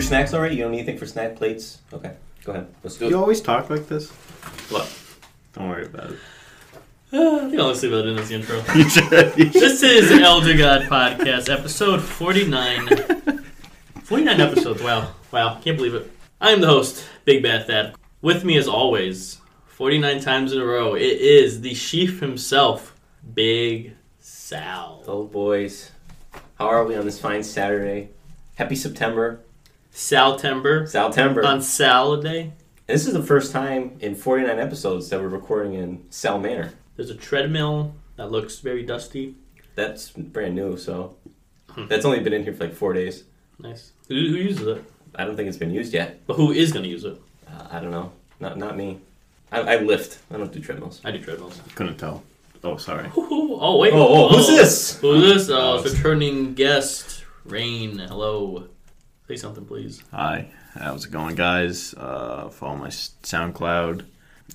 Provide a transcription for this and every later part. snacks already? You don't need anything for snack plates? Okay, go ahead. Let's do it. You always talk like this. What? Don't worry about it. Uh, I think I'll just leave that in as the intro. You should. You should. this is Elder God Podcast, episode 49. 49 episodes, wow. Wow, can't believe it. I'm the host, Big Bad Thad. With me, as always, 49 times in a row, it is the chief himself, Big Sal. Oh, boys. How are we on this fine Saturday? Happy September. Saltember Saltember. on Sal Day. this is the first time in 49 episodes that we're recording in Sal Manor. There's a treadmill that looks very dusty. That's brand new, so. That's only been in here for like four days. Nice. Who, who uses it? I don't think it's been used yet. But who is going to use it? Uh, I don't know. Not not me. I, I lift. I don't do treadmills. I do treadmills. Couldn't tell. Oh, sorry. Ooh, oh wait. Oh, oh, who's this? Who's this? Oh, it's returning guest Rain. Hello. Say something, please. Hi, how's it going, guys? Uh, follow my s- SoundCloud.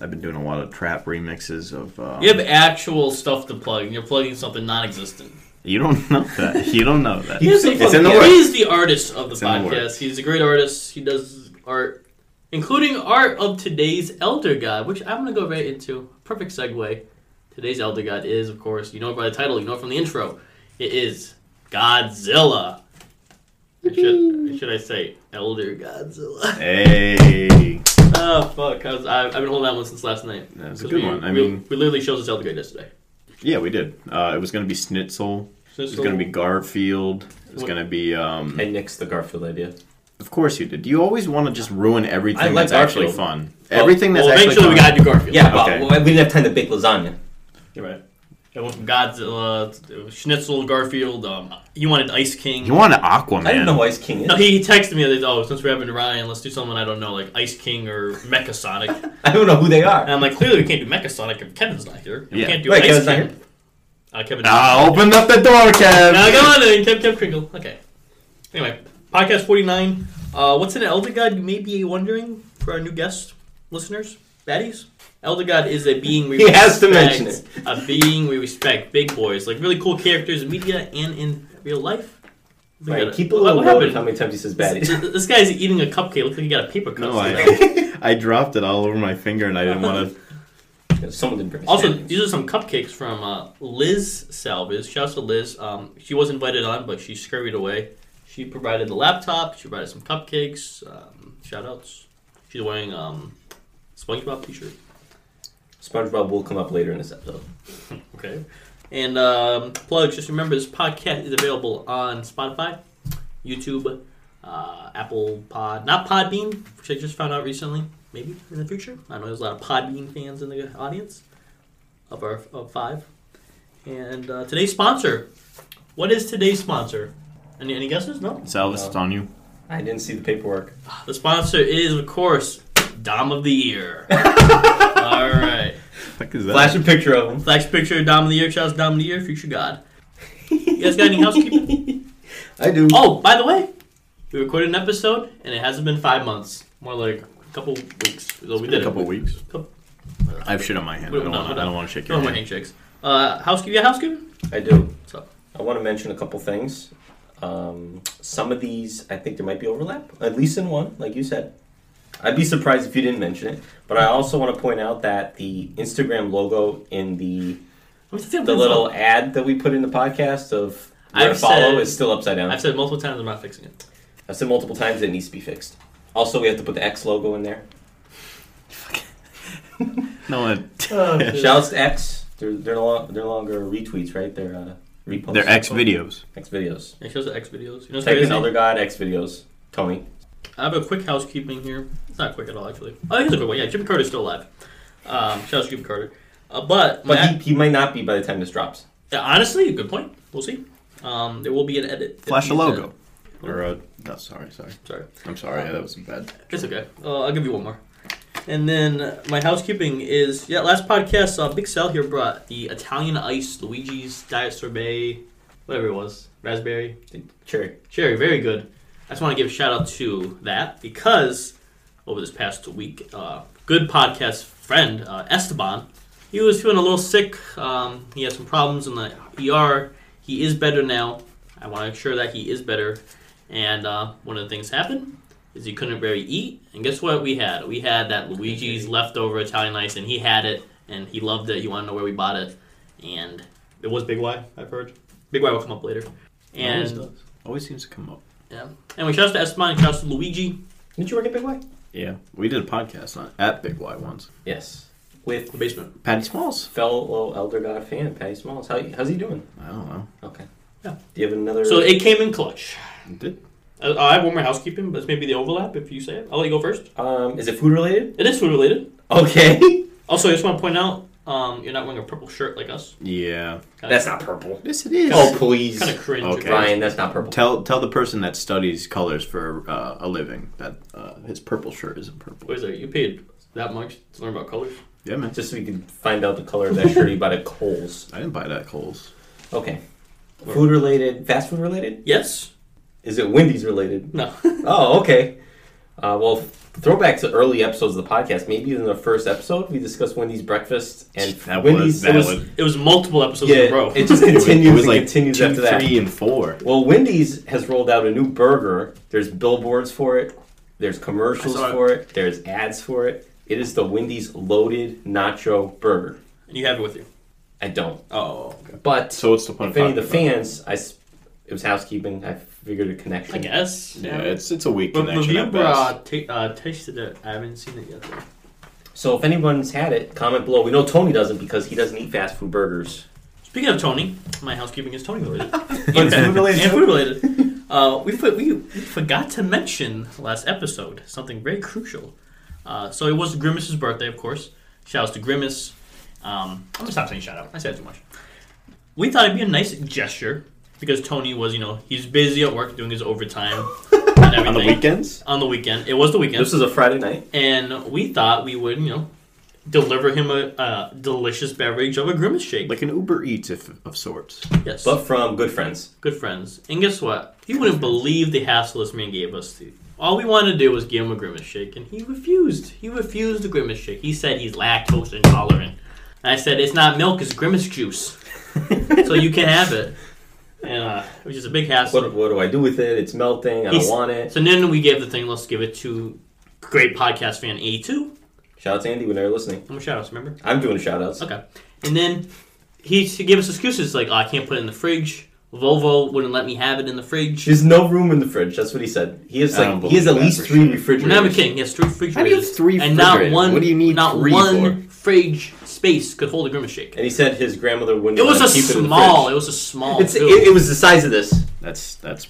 I've been doing a lot of trap remixes of. Um, You have actual stuff to plug, and you're plugging something non-existent. You don't know that. You don't know that. You- He's the, It's in the he's the artist of the It's in the podcast. works. he's a great artist. He does art, including art of today's Elder God, which I'm gonna go right into. Perfect segue. Today's Elder God is, of course, you know it by the title, you know it from the intro. It is Godzilla. Or Should, or should I say Elder Godzilla? hey, Oh fuck! I was, I, I've been holding that one since last night. that was a 'Cause good we, one. I we- mean, we literally chose this out the grade yesterday. yeah, we did. Uh, it was gonna be Schnitzel. So It was gonna be Garfield. It was What- gonna be. Um, I nixed the Garfield idea. Of course you did. You always want to just ruin everything I like that's actually Garfield. fun. everything that's well, actually eventually fun. we gotta do Garfield. Yeah, well, Okay. we didn't have time to bake lasagna. you're right. It went from Godzilla, to Schnitzel, Garfield. Um, you wanted Ice King. you want an Aquaman? I didn't know why Ice King is. no, he he texted me the other day. Oh, since we're having Ryan, let's do someone I don't know, like Ice King or Mecha Sonic. and I don't know who they are. I'm like, clearly we can't do Mecha Sonic if Kevin's not here. and We Yeah. can't do Wait, Ice Kevin's not King. here? Uh, Kevin. Ah, open up the door, Um, Kev. Now go on then, Kev, Kev Kringle. Okay. Anyway, podcast 49. Uh, what's an Elder God, you may be wondering, for our new guest listeners, baddies? Elder God is a being we He has to mention it. A being we respect, big boys, like really cool characters in media and in real life. We Right, got keep a little note what of happened? how many times he says This, baddies. this guy's eating a cupcake. Looks like he got a paper cut. No, I, I dropped it all over my finger and I didn't want to. Someone didn't bring a Also, snack. these are some cupcakes from uh, Liz Salvis. Shouts to Liz. Um, she was invited on, but she scurried away. She provided the laptop. She provided some cupcakes. Um, shout outs. She's wearing um, SpongeBob t-shirt. SpongeBob will come up later in this episode. Okay. And um, plugs. Just remember, this podcast is available on Spotify, YouTube, uh, Apple Pod, not Podbean, which I just found out recently. Maybe in the future. I know there's a lot of Podbean fans in the audience of our of five. And uh, today's sponsor. What is today's sponsor? Any, any guesses? No. Salvis, it's on you. I didn't see the paperwork. The sponsor is, of course, Dom of the Year. All What right. the fuck is that? Flash a picture of him. Flash picture of Dom of the Year. Shouts Dom of the Year, future god. You guys got any housekeeping? I do. Oh, by the way, we recorded an episode and it hasn't been five months. More like a couple weeks. So we did a couple weeks. Couple- I have shit on my hand. I Wait, don't no, want. no. I don't want to shake it. No your more hand. handshakes. Uh, housekeeping. Yeah, housekeeping. I do. What's up? I want to mention a couple things. Um, some of these, I think there might be overlap, at least in one, like you said. I'd be surprised if you didn't mention it. But I also want to point out that the Instagram logo in the What's the, the little ad that we put in the podcast of where to I've follow said- is still upside down. I've said multiple times I'm not fixing it. I've said multiple times it needs to be fixed. Also, we have to put the X logo in there. No, it, Shouts to X. They're they're no, lo- they're no longer retweets, right? They're uh, reposts. they're X videos. X videos. It shows the X videos. You know, what's Type in crazy? other god X videos. Tony. I have a quick housekeeping here. It's not quick at all, actually. Oh, here's a quick one. Yeah, Jimmy Carter's still alive. Um, shout out to Jimmy Carter. Uh, but my- But he, he might not be by the time this drops. yeah, honestly, good point. We'll see. Um, there will be an edit. if Flash a he's dead. logo. Or uh, no, sorry, sorry. Sorry. I'm sorry. That was bad. It's okay. Uh, I'll give you one more. And then uh, my housekeeping is yeah. Last podcast, uh, Big Sal here brought the Italian Ice Luigi's Diet Sorbet, whatever it was, raspberry Cherry. cherry. Very good. I just want to give a shout out to that because over this past week, uh, good podcast friend uh, Esteban, he was feeling a little sick. Um, he had some problems in the ER. He is better now. I want to ensure that he is better. And uh, one of the things happened is he couldn't really eat. And guess what we had? We had that Luigi's leftover Italian ice, and he had it, and he loved it. You want to know where we bought it? And it was Big Y, I've heard. Big Y will come up later. Always And does. Um, Always seems to come up. yeah, and we shouts to Esteban, and shouts to Luigi, Didn't you work at Big Y? Yeah, we did a podcast on at Big Y once. Yes. With the basement. Patty Smalls. fellow Elder God fan, Patty Smalls. How, how's he doing? I don't know. Okay. Yeah. Do you have another? So it came in clutch. It did Uh, I have one more housekeeping, but it's maybe the overlap if you say it. I'll let you go first. um, is it food related? It is food related. Okay. Also, I just want to point out um, you're not wearing a purple shirt like us. yeah. Kinda, That's not purple. Yes, it is. Oh please, kind of cringe. Okay. right? Ryan, that's not purple. Tell tell the person that studies colors for uh, a living that uh, his purple shirt isn't purple. What is that? You paid that much to learn about colors? Yeah, man. Just so we can find out the color of that shirt you bought at Kohl's. I didn't buy that Coles. Okay. Food related, fast food related? Yes. Is it Wendy's related? No. Oh, okay. Uh, well, throwback to early episodes of the podcast. Maybe in the first episode, we discussed Wendy's breakfast and That was- Wendy's. that it was, was- it was multiple episodes in a yeah, row. it just continues and continues two, after that. three, and four. Well, Wendy's has rolled out a new burger. There's billboards for it. There's commercials I saw it. for it. There's ads for it. It is the Wendy's loaded nacho burger. and you have it with you. I don't, Oh, okay. but so what's the point? if any of the talking about fans, I s- it was housekeeping. I figured a connection. I guess. it? Yeah, it's it's a weak But connection. review At best. uh, ta- uh, tasted it. I haven't seen it yet. Though. So if anyone's had it, comment below. We know Tony doesn't because he doesn't eat fast food burgers. Speaking of Tony, my housekeeping is Tony related. It's food related, and too? food related. Uh, we, for, we, we forgot to mention last episode something very crucial. Uh, so it was Grimace's birthday, of course. Shouts to Grimace. Um, I'm gonna stop saying shout out. I said too much. We thought it'd be a nice gesture because Tony was, you know, he's busy at work doing his overtime and everything on the weekends. On the weekend, it was the weekend, This is a Friday night. and we thought we would, you know, deliver him a, a delicious beverage of a Grimace shake. Like an Uber Eats if, of sorts. yes, But from good friends. good friends. And guess what? He wouldn't believe the hassle this man gave us. To. All we wanted to do was give him a grimace shake, and he refused. He refused the grimace shake. He said he's lactose intolerant. And I said, it's not milk, it's grimace juice. so you can have it. And uh, it was just a big hassle. What, what do I do with it? It's melting. I don't He's- want it. so then we gave the thing, let's give it to great podcast fan A2. Shout out to Andy when they're listening. I'm a shout outs, remember? I'm doing shout outs. Okay. And then he, he gave us excuses like, oh, I can't put it in the fridge. Volvo wouldn't let me have it in the fridge. There's no room in the fridge. That's what he said. He has I like don't he has at believe that least for three sure. refrigerators. No, I'm kidding. He has three refrigerators. How do you have three and not refrigerators? one. What do you need Not three one fridge space could hold a grimace shake. And he said his grandmother wouldn't. It uh, was let a him keep in the small. It fridge. was a small. It's, too. it, it was the size of this, That's that's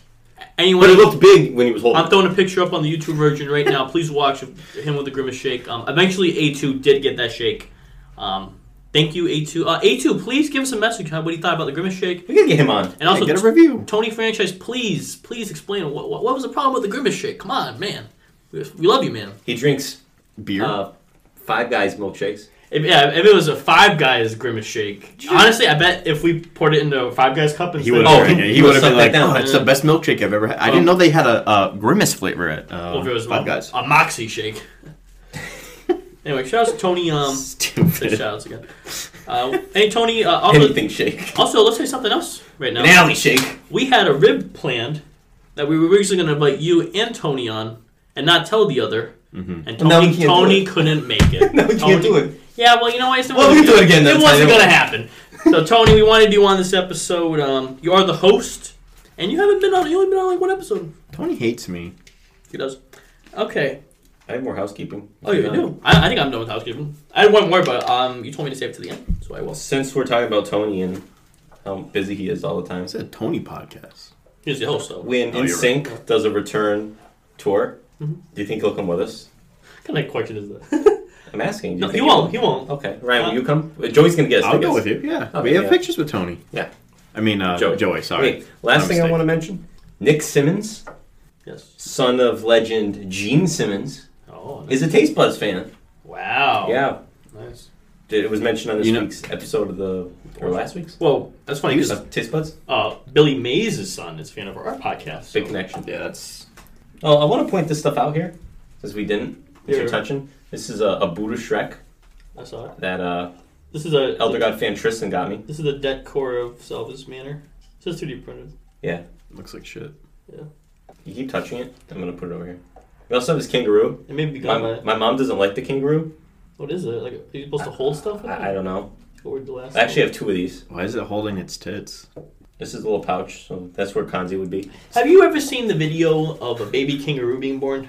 anyway, but it looked big when he was holding. I'm it. throwing a picture up on the YouTube version right now. Please watch him with the grimace shake. Um, eventually, A2 did get that shake. Um, thank you, A2. Uh, A2, please give us a message on what he thought about the grimace shake. We gotta get him on. And also, Hey, get a review. Tony franchise, please, please explain what, what, what was the problem with the grimace shake. Come on, man. We, we love you, man. He drinks Beer. uh, Five Guys milkshakes. If, yeah, if it was a Five Guys grimace shake, honestly, I bet if we poured it into a Five Guys cup, he instead, would oh, have he- it. he He would would've have been sucked like, that down. Um, "Oh, it's the best milkshake I've ever had." I didn't know they had a uh, grimace flavor at uh, if it was Five a, Guys. a Moxie shake. anyway, shout out to Tony. Um, Stupid. shout outs again. Uh, hey Tony. Uh, also, Anything shake. also, let's say something else right now. An alley shake. we had a rib planned that we were originally going to invite you and Tony on, and not tell the other. Mm-hmm. And And now we Tony, can't do Tony it. couldn't make it. No, we Tony- can't do it. Yeah, well, you know what? It's not- Well, we can do it again It next time. wasn't going to happen. So, Tony, we wanted you on this episode. Um, you are the host, and you haven't been on. You only been on like one episode. Tony hates me. He does. Okay. I have more housekeeping. Oh, you do. I, I think I'm done with housekeeping. I had one more, but um, you told me to save it to the end, so I will. Um, Since we're talking about Tony and how busy he is all the time, It's a Tony podcast. Here's the host, though. when Oh, you're Mm-hmm. NSYNC does a return tour, Mhm. do you think he'll come with us? What kind of question is that? I'm asking. Do you no, think he won't. He won't. Okay, Ryan, Uh, will you come? Joey's gonna get us. I'll go tickets. with you. Yeah, Okay, we have Oh, yeah. pictures with Tony. Yeah. I mean uh, Joey. Joey. Sorry. Wait, last My thing I mistake. want to mention: Nick Simmons, Yes. son of legend Gene Simmons, Oh. Nice. is a Taste Buds fan. Wow. Yeah, Nice. it was mentioned on this Oh. You know- week's episode of the or last week's Well, that's funny because uh, Taste Buds. uh, Billy Mays' son is a fan of our podcast. so- Big connection. Yeah, that's Oh, I want to point this stuff out here, since we didn't. Since Yeah. we're touching, this is a, a Buddha Shrek I saw it. that uh, This is a Elder God fan Tristan got me. This is the decor of Salva's Manor. It says 3D printed. looks like shit. You keep touching it. I'm gonna put it over here. We also have this kangaroo. It may be gone by My, then. my mom doesn't like the kangaroo. What is it? Like, are you supposed to hold stuff in it? I, I don't know. What were the last I actually have two of these. Why is it holding its tits? This is a little pouch, so that's where Kanzi would be. Have you ever seen the video of a baby kangaroo being born?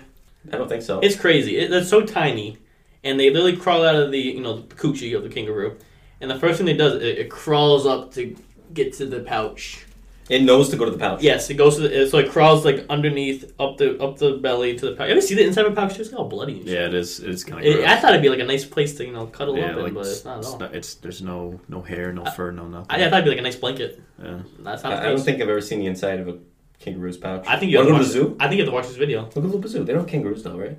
I don't think so. It's crazy. It, it's so tiny, and they literally crawl out of the you know the coochie of the kangaroo, and the first thing they does it, it crawls up to get to the pouch. It knows to go to the pouch. Yes, it goes to the, so it crawls like underneath up the up the belly to the pouch. You ever see the inside of a pouch? It's all bloody. And shit. Yeah, it is. It's kind of It, gross. I thought it'd be like a nice place to you know cuddle yeah, up in, but it's, it's not at all. not- it's- there's no no hair, no fur, no nothing. I, I thought it'd be like a nice blanket. Yeah. That's not. I, the I don't case. think I've ever seen the inside of a kangaroo's pouch. I think you have Wanna go to watch. to the zoo. I think you have to watch this video. Look at the zoo. They don't have kangaroos though, right?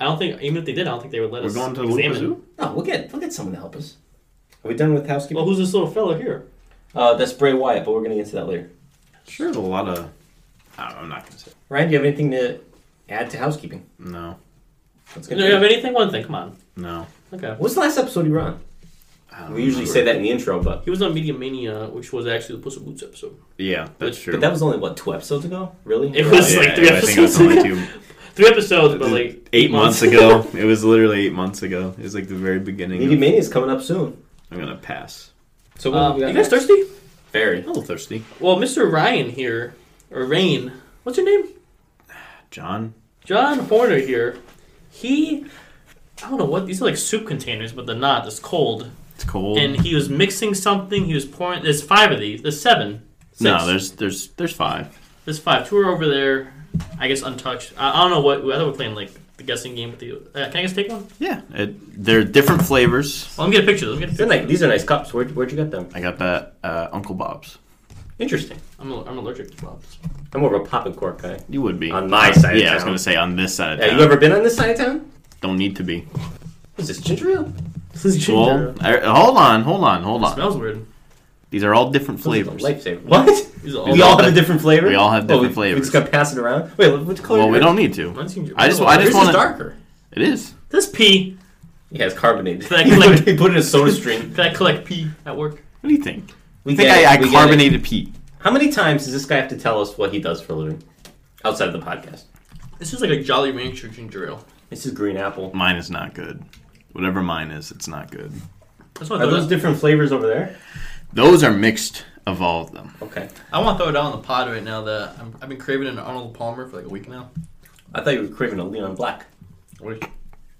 I don't think even if they did, I don't think they would let We're us. going to the Lupa examine. Zoo. No, we'll get we'll get someone to help us. Oh, Are we done with Well, housekeeping? who's this little fella here? Uh, that's Bray Wyatt, but we're gonna get to that later. Sure, there's a lot of. I don't, I'm not gonna say Ryan, do you have anything to add to housekeeping? no, Let's Do get you have anything? One thing. Come on. no. Okay. What's the last episode you were on? I don't We usually remember. say that in the intro, but He was on Media Mania, which was actually the Puss in Boots episode. Yeah, that's true. but that was only what two episodes ago, really? It was- yeah, like three I think it was episodes. only two, Three episodes, but like eight months ago. It was literally eight months ago. It was like the very beginning. Media Of, Mania is coming up soon. I'm gonna pass. So what Uh, do we you got guys next? thirsty? Very. A little thirsty, Well, Mr. Ryan here, or Rain, what's your name? John. John Horner here. He, I don't know what these are like soup containers, but they're not. It's cold, It's cold. and he was mixing something. He was pouring. There's five of these. There's seven. Six. no, there's there's there's five. There's five. Two are over there. I guess untouched. I, I don't know what. I thought we were playing like the guessing game with the. Uh, can I guess take one? Yeah, it, they're different flavors. Well, let me get a picture. Let me get a They're picture. nice- these are nice cups. Where'd, where'd you get them? I got that uh, Uncle Bob's. Interesting. I'm, al- I'm allergic to bobs. I'm more of a pop and cork guy. You would be On my side of Yeah, I was town. gonna say on this side of Have town. you ever been on this side of town? Don't need to be. Is this ginger ale? This is Well, ginger. I, hold on, hold on, hold on. smells weird. These are all different This is a flavors. Lifesaver. What? These are We all have a different flavor. We all have Oh, we- different flavors. We just gotta pass it around. Wait, which color? Well, we is don't need to. Mine's ginger. I just, Oh, I yours? just Yours is want to. darker. It is. This pee. Yeah, it's carbonated. Can I You collect- put it- you put it in a soda stream. Can I collect pee at work? What do you think? We I think get it, I, I we get it. carbonated pee. How many times does this guy have to tell us what he does for a living outside of the podcast? This is like a Jolly Rancher ginger ale. This is green apple. Mine is not good. Whatever mine is, it's not good. That's what I, Are throw those down. different flavors over there? Those are mixed of all of them. Okay. I want to throw it out on the pod right now that I'm, I've been craving an Arnold Palmer for like a week now. I thought you were craving a Leon Black What-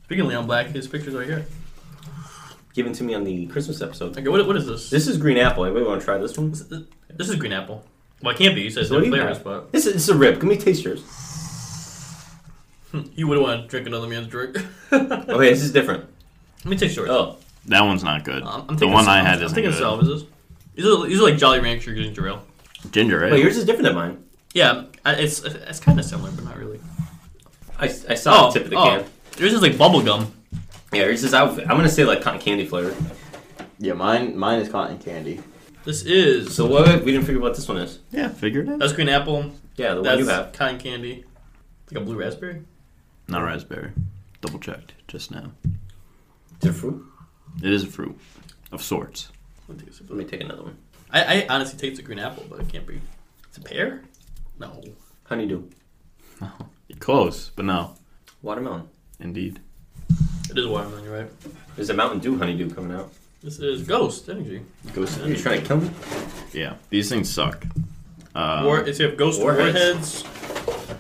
Speaking of Leon Black, his picture's right here. given to me on the Christmas episode. Okay, what, what is this? This is green apple. Anybody want to try this one? This, this is green apple. Well, it can't be. You said So what do different you flavors, have? but This is, this is a rib. Can we taste yours? you would want to drink another man's drink. Let Okay, this is different. me taste yours. Oh, That one's not good. Um, I'm the thinking one sal- I had I'm, isn't thinking good. salvas. These are, these are like Jolly Rancher ginger ale. Ginger eh? ale. wait, yours is different than mine. Yeah, I- it's it's kind of similar, but not really. Oh, I, I saw the tip of the can. Yours is like bubble gum. Oh, Yeah, yours is. I'm gonna say like cotton candy flavor. yeah, mine mine is cotton candy. This is So what? We didn't figure out what this one is. Yeah, figured it. that's green apple. Yeah, the one That's you have. cotton candy. Like a blue raspberry. Not raspberry. Double checked just now. Is it fruit? It is a fruit of sorts. Let me take a sip of Let me that. take another one. I, I honestly take the green apple, but it can't be. It's a pear. No. Honeydew. Close, but no. Watermelon. Indeed. It is watermelon. You're right. There's a Mountain Dew honeydew coming out. This is ghost energy. Ghost. Are you trying to kill me? Yeah, these things suck. Uh, War. It's you have ghost warheads. warheads.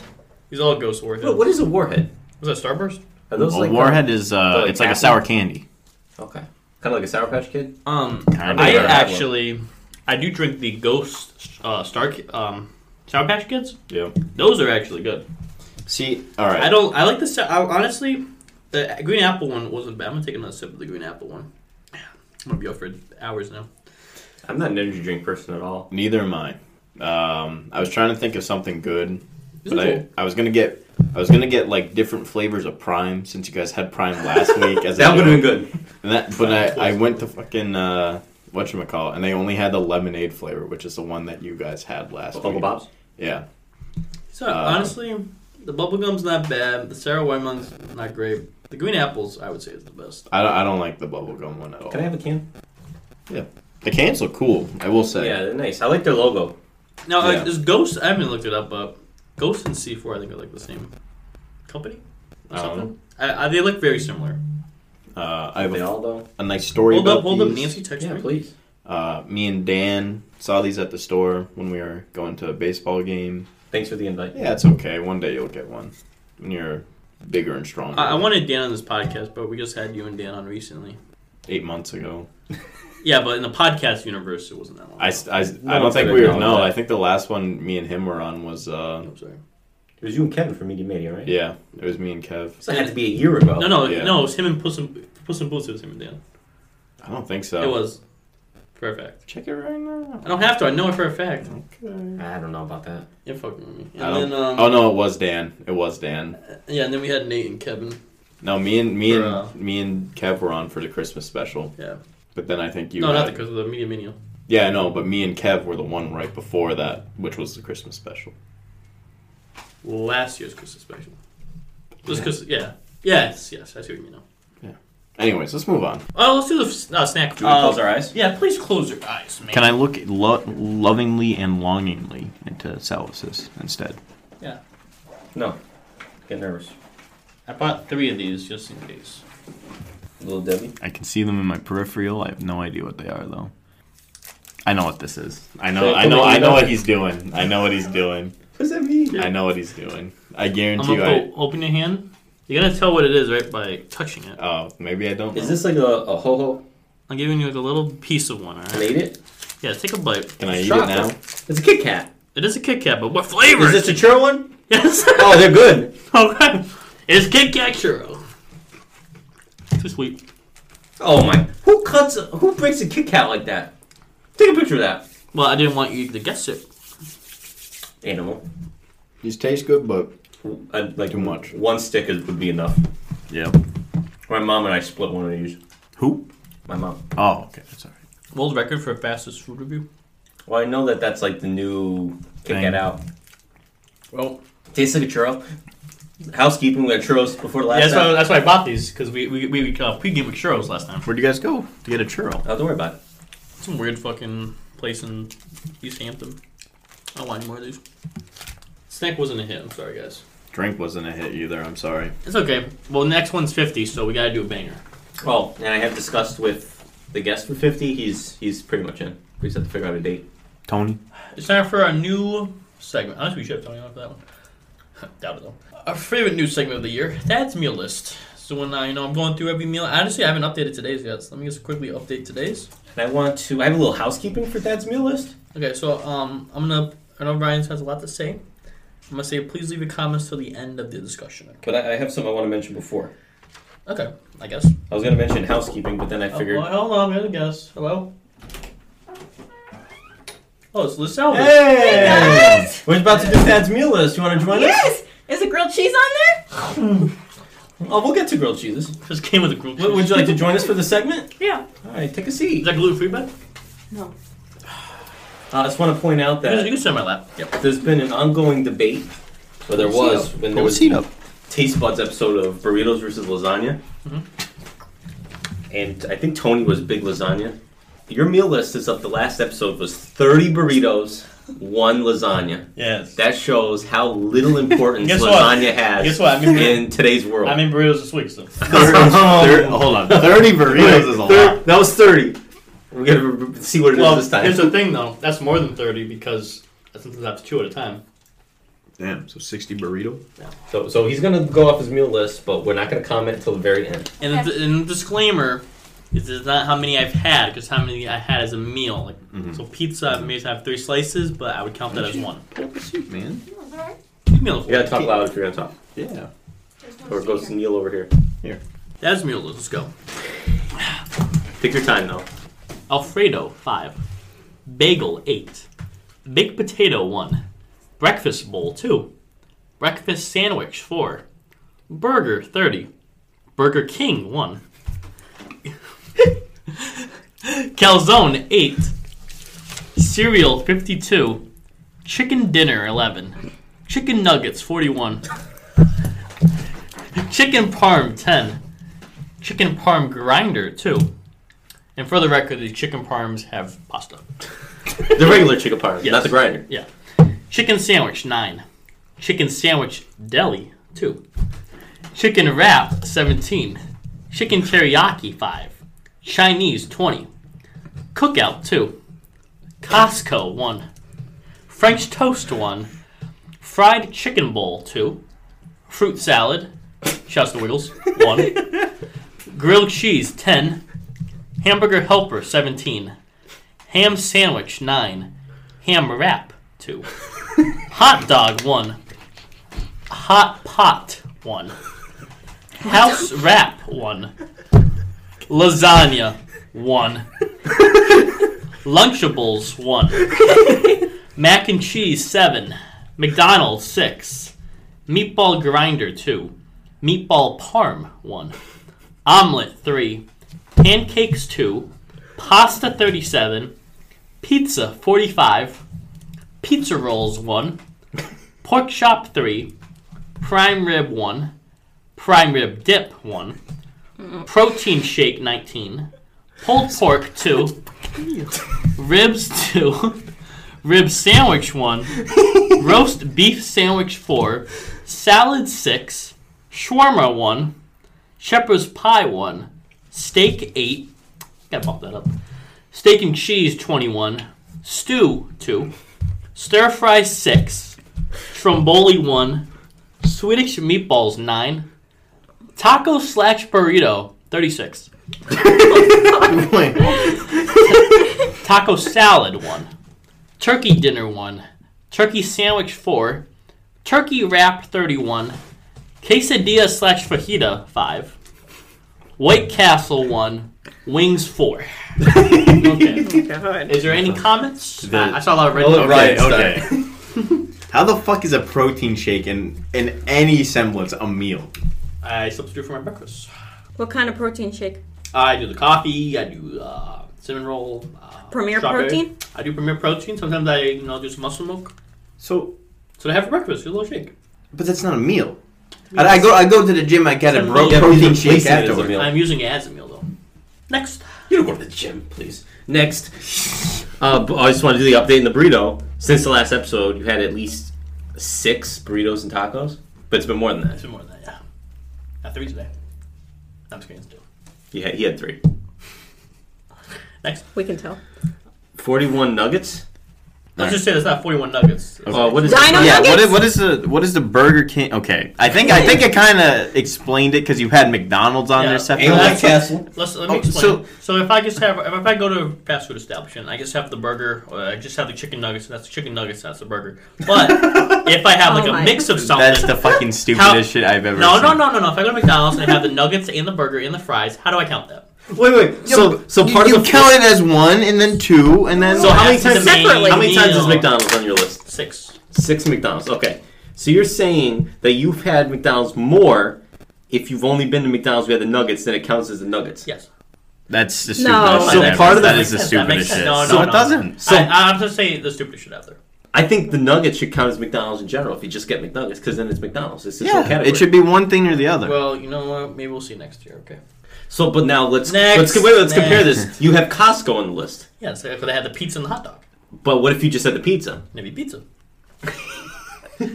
These are all ghost warheads. What, what is a warhead? Was that Starburst? Are those a like warhead is uh, like it's like a apple? sour candy. uh, okay, kind of like a Sour Patch Kid. Um, Kinda. I Yeah. actually, I do drink the Ghost uh, Star um, Sour Patch Kids. Yeah. Those are actually good. See, all right. I don't. I like the. sa- I, honestly, the green apple one wasn't bad. I'm gonna take another sip of the green apple one. I'm gonna be up for hours now. I'm not an energy drink person at all. Neither am I. Um, I was trying to think of something good, This but is I, cool. I was gonna get I was gonna get like different flavors of Prime since you guys had Prime last week. As a That would have been joke. good. And that, but I, I went to fucking uh, what you call and they only had the lemonade flavor, which is the one that you guys had last Uncle week. Bob's. Yeah. So Uh, honestly, the bubblegum's not bad. The Sarah Wyman's not great. The green apples, I would say, is the best. I don't, I don't like the bubblegum one at all. Can I have a can? the cans look cool, I will say. Yeah, they're nice. I like their logo. Now, uh, Yeah. like, is Ghost? I haven't looked it up, but Ghost and C4, I think, are like the same company. or I don't something? I, I, they look very similar. Um, Uh, I have They a, all though. a nice story hold about up, hold up, these. Nancy, text Yeah, me. please. Uh, me and Dan saw these at the store when we were going to a baseball game. Thanks for the invite. Yeah, it's okay. One day you'll get one when you're bigger and stronger. I, I wanted Dan on this podcast, but we just had you and Dan on recently. eight months ago. Yeah, but in the podcast universe, it wasn't that long. I, ago. s- I s- I No don't think one's we were. gonna know No, that. I think the last one me and him were on was uh, Oh, I'm sorry. It was you and Kevin from Media Media, right? yeah, it was me and Kev. So it had to be a year ago. No, no, Oh, Yeah. no. It was him and Puss in, Puss in Boots. It was him and Dan. I don't think so. It was perfect. Check it right now. I don't have to. I know it for a fact. Okay. I don't know about that. You're fucking with me. And I don't- then, um, oh no, it was Dan. It was Dan. yeah, and then we had Nate and Kevin. No, me and me and Bruh. me and Kev were on for the Christmas special, Yeah. but then I think you. no, had, not the because of the media menial. Yeah, I know, but me and Kev were the one right before that, which was the Christmas special. Last year's Christmas special. Just because, yeah. Yes, yes, I see what you mean now. Anyways, let's move on. Oh, let's do the f- uh, snack. Do we Uh, close our eyes? Yeah, please close your eyes, man. Can I look lo- lovingly and longingly into Salvis's instead? Yeah. No. Get nervous. I bought three of these just in case. Little Debbie. I can see them in my peripheral. I have no idea what they are though. I know what this is. I Say know. it I to know. me, I know you what know. he's doing. I know what he's doing. What does that mean? I know what he's doing. I I'm guarantee going you. I, to go open your hand. You're going to tell what it is, right, by touching it. oh, maybe I don't. Is know. this like a, a ho ho I'm giving you like, a little piece of one, all right? made it? Yeah, take a bite. Can I eat It's it now? chocolate. It's a Kit Kat. It is a Kit Kat, but what flavor? Is this a churro one? Yes. Oh, they're good. okay. It's Kit Kat churro. Too sweet. Oh my! Who cuts? Who breaks a Kit Kat like that? Take a picture of that. Well, I didn't want you to guess it. Animal. These taste good, but I'd like Too much. One stick is, would be enough. yeah. My mom and I split one of these. Who? My mom. Oh, okay. That's all right. World record for fastest food review. Well, I know that that's like the new Kit Thing. Kat out. Well, Tastes like a churro. Housekeeping. We had churros before the last. that's why, time. that's why I bought these because we we we uh, pregame with churros last time. Where'd you guys go to get a churro? Oh, don't worry about it. Some weird fucking place in East Hampton. I want any more of these. Snack wasn't a hit. I'm sorry, guys. Drink wasn't a hit either. I'm sorry. It's okay. Well, next one's fifty, so we gotta do a banger. Well, and I have discussed with the guest for fifty. He's he's pretty much in. We just have to figure out a date. Tony. It's time for our new segment. Honestly, we should have Tony on for that one. Doubt it though. Our favorite new segment of the year, Dad's meal list. So when I, you know, I'm going through every meal. Honestly, I haven't updated today's yet. So let me just quickly update today's. And I want to. I have a little housekeeping for Dad's meal list. Okay, so um, I'm gonna. I know Ryan has a lot to say. I'm gonna say please leave your comments till the end of the discussion. But I, I have some I want to mention before. Okay, I guess. I was gonna mention housekeeping, but then I Oh, figured. well, hold on, I'm gonna guess. Hello. Oh, it's Liz Salvas. Hey! We're about to do Dad's meal list. You want to join us? Yes! Is it grilled cheese on there? Oh, we'll get to grilled cheeses. Just came with a group. W- Would you like to join us for the segment? Yeah. All right, take a Is seat. that gluten free, bud? No. I just want to point out You can- you that can sit on my lap. Yep. there's been an ongoing debate, or there was when there was seat up. the Taste Buds episode of burritos versus lasagna, Mhm. and I think Tony was big lasagna. Your meal list is up. The last episode was 30 burritos, one lasagna. Yes. That shows how little importance Guess what? lasagna has Guess what? I mean- in today's world. I'm in burritos this week, so. hold on. Thirty burritos is a Thir- lot. That was 30. We're going to see what it is Well, this time. here's the thing though. That's more than thirty because sometimes that's two at a time. Damn. So sixty burrito. so, so he's going to go off his meal list, but we're not going to comment until the very end. And, the, and the disclaimer is it's not how many I've had, because how many I had as a meal. Like, So pizza, I may have three slices, but I would count that as one. Pull up a seat, man. Meal You got to talk loud if you're going to talk. Yeah. Or goes to Neil over here. That's meal. Let's go. Take your time, though. Alfredo five, bagel eight, baked potato one, breakfast bowl two, breakfast sandwich four, burger thirty, Burger King one, calzone eight, cereal fifty two, chicken dinner eleven, chicken nuggets forty one, chicken parm ten, chicken parm grinder two. And for the record, the chicken parms have pasta. The regular chicken parm, Yes. not the grinder. Yeah. Chicken sandwich, nine. Chicken sandwich deli, two. Chicken wrap, 17. Chicken teriyaki, 5. Chinese, 20. Cookout, 2. Costco, 1. French toast, 1. Fried chicken bowl, 2. Fruit salad, shouts to Wiggles, 1. Grilled cheese, 10. Hamburger helper, 17. Ham sandwich, 9. Ham wrap, 2. Hot dog, 1. Hot pot one. House wrap one. Lasagna one. Lunchables one. Mac and cheese seven. McDonald's six. Meatball grinder two. Meatball parm one. Omelet three. Pancakes two. Pasta thirty seven. Pizza forty five. Pizza rolls one. Pork chop three prime rib one, prime rib dip one, protein shake nineteen, pulled pork two, ribs two, rib sandwich one, roast beef sandwich four, salad six, shawarma one, shepherd's pie one, steak eight. Gotta bump that up. Steak and cheese twenty one, stew two, stir fry six, stromboli one. Swedish meatballs nine, taco slash burrito thirty six, taco salad one, turkey dinner one, turkey sandwich four, turkey wrap thirty one, quesadilla slash fajita five, White Castle one, wings four. okay. God. Is there any comments? The- I, I saw a lot of red. All the notes. Right, okay. How the fuck is a protein shake in, in any semblance a meal? I substitute for my breakfast. What kind of protein shake? I do the coffee. I do uh, cinnamon roll. Uh, Premier strawberry. protein? I do premier protein. Sometimes I you know do some muscle milk. So, So I have for breakfast. Do a little shake. but that's not a meal. I, I go I go to the gym. I get a It's a bro- meal. Yeah, protein but you shake replace it as a afterward. meal. I'm using it as a meal though. Next, You don't go to the gym, please. Next, uh, b- I just want to do the update in the burrito. Since the last episode, you had at least six burritos and tacos, but it's been more than it's that. been more than that. Yeah, not three today. I'm just kidding. it's two. Yeah, he had three. Next, We can tell. 41 nuggets? let's Alright. just say that's not 41 nuggets. Uh, what is Dino- it? yeah, what nuggets? is, what is the what is the Burger King? Okay, I think I think I kind of explained it because you had McDonald's on Yeah. there separately. And White Castle. Let's, let me Oh, explain. So, so- if I just have if I go to a fast food establishment, I just have the burger, or I just have the chicken nuggets, and that's the chicken nuggets, that's the burger. But if I have like Oh a my. mix of something, That's the fucking stupidest How- shit I've ever. No, seen. no, no, no, no. If I go to McDonald's and I have the nuggets and the burger and the fries, how do I count that? Wait, wait. So, so You- part you of the count it as one and then two and then. So how many that's the times- main Separately. How many times meal. is McDonald's on your list? Six. Six McDonald's. Okay. So you're saying that you've had McDonald's more if you've only been to McDonald's we had the nuggets, then it counts as the nuggets. Yes. That's the No. stupidest So shit. ever. part of the- that is the That makes stupidest sense. shit. No, so no, it no. doesn't. So- I, I'm just saying the stupidest shit out there. I think the nuggets should count as McDonald's in general if you just get McNuggets because then it's McDonald's. It's its own Yeah, category. it should be one thing or the other. Well, you know what? Maybe we'll see next year. Okay. So, but now let's Next. let's wait. Let's compare Next. this. You have Costco on the list, Yeah, so if they had the pizza and the hot dog. but what if you just had the pizza? Maybe pizza.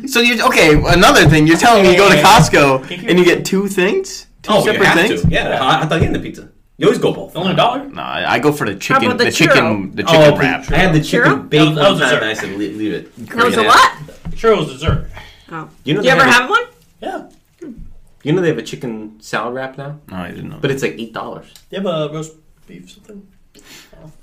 so you are okay? Another thing, you're telling me you go to Yeah. Costco and you get two things, two Oh, separate you have things. to. Yeah, I, I thought you had the pizza. You always go both. Only a dollar. No, I I go for the chicken, about the, the chicken, churro? the chicken oh, wrap. I had the chicken Churro? baked That one was- that time. was dessert. And I said le- leave it. That was a Yeah. what? Churros dessert. Oh. You know you they ever have, have one? Yeah. You know they have a chicken salad wrap now, No, I didn't know. but it's like eight dollars. They have a roast beef something.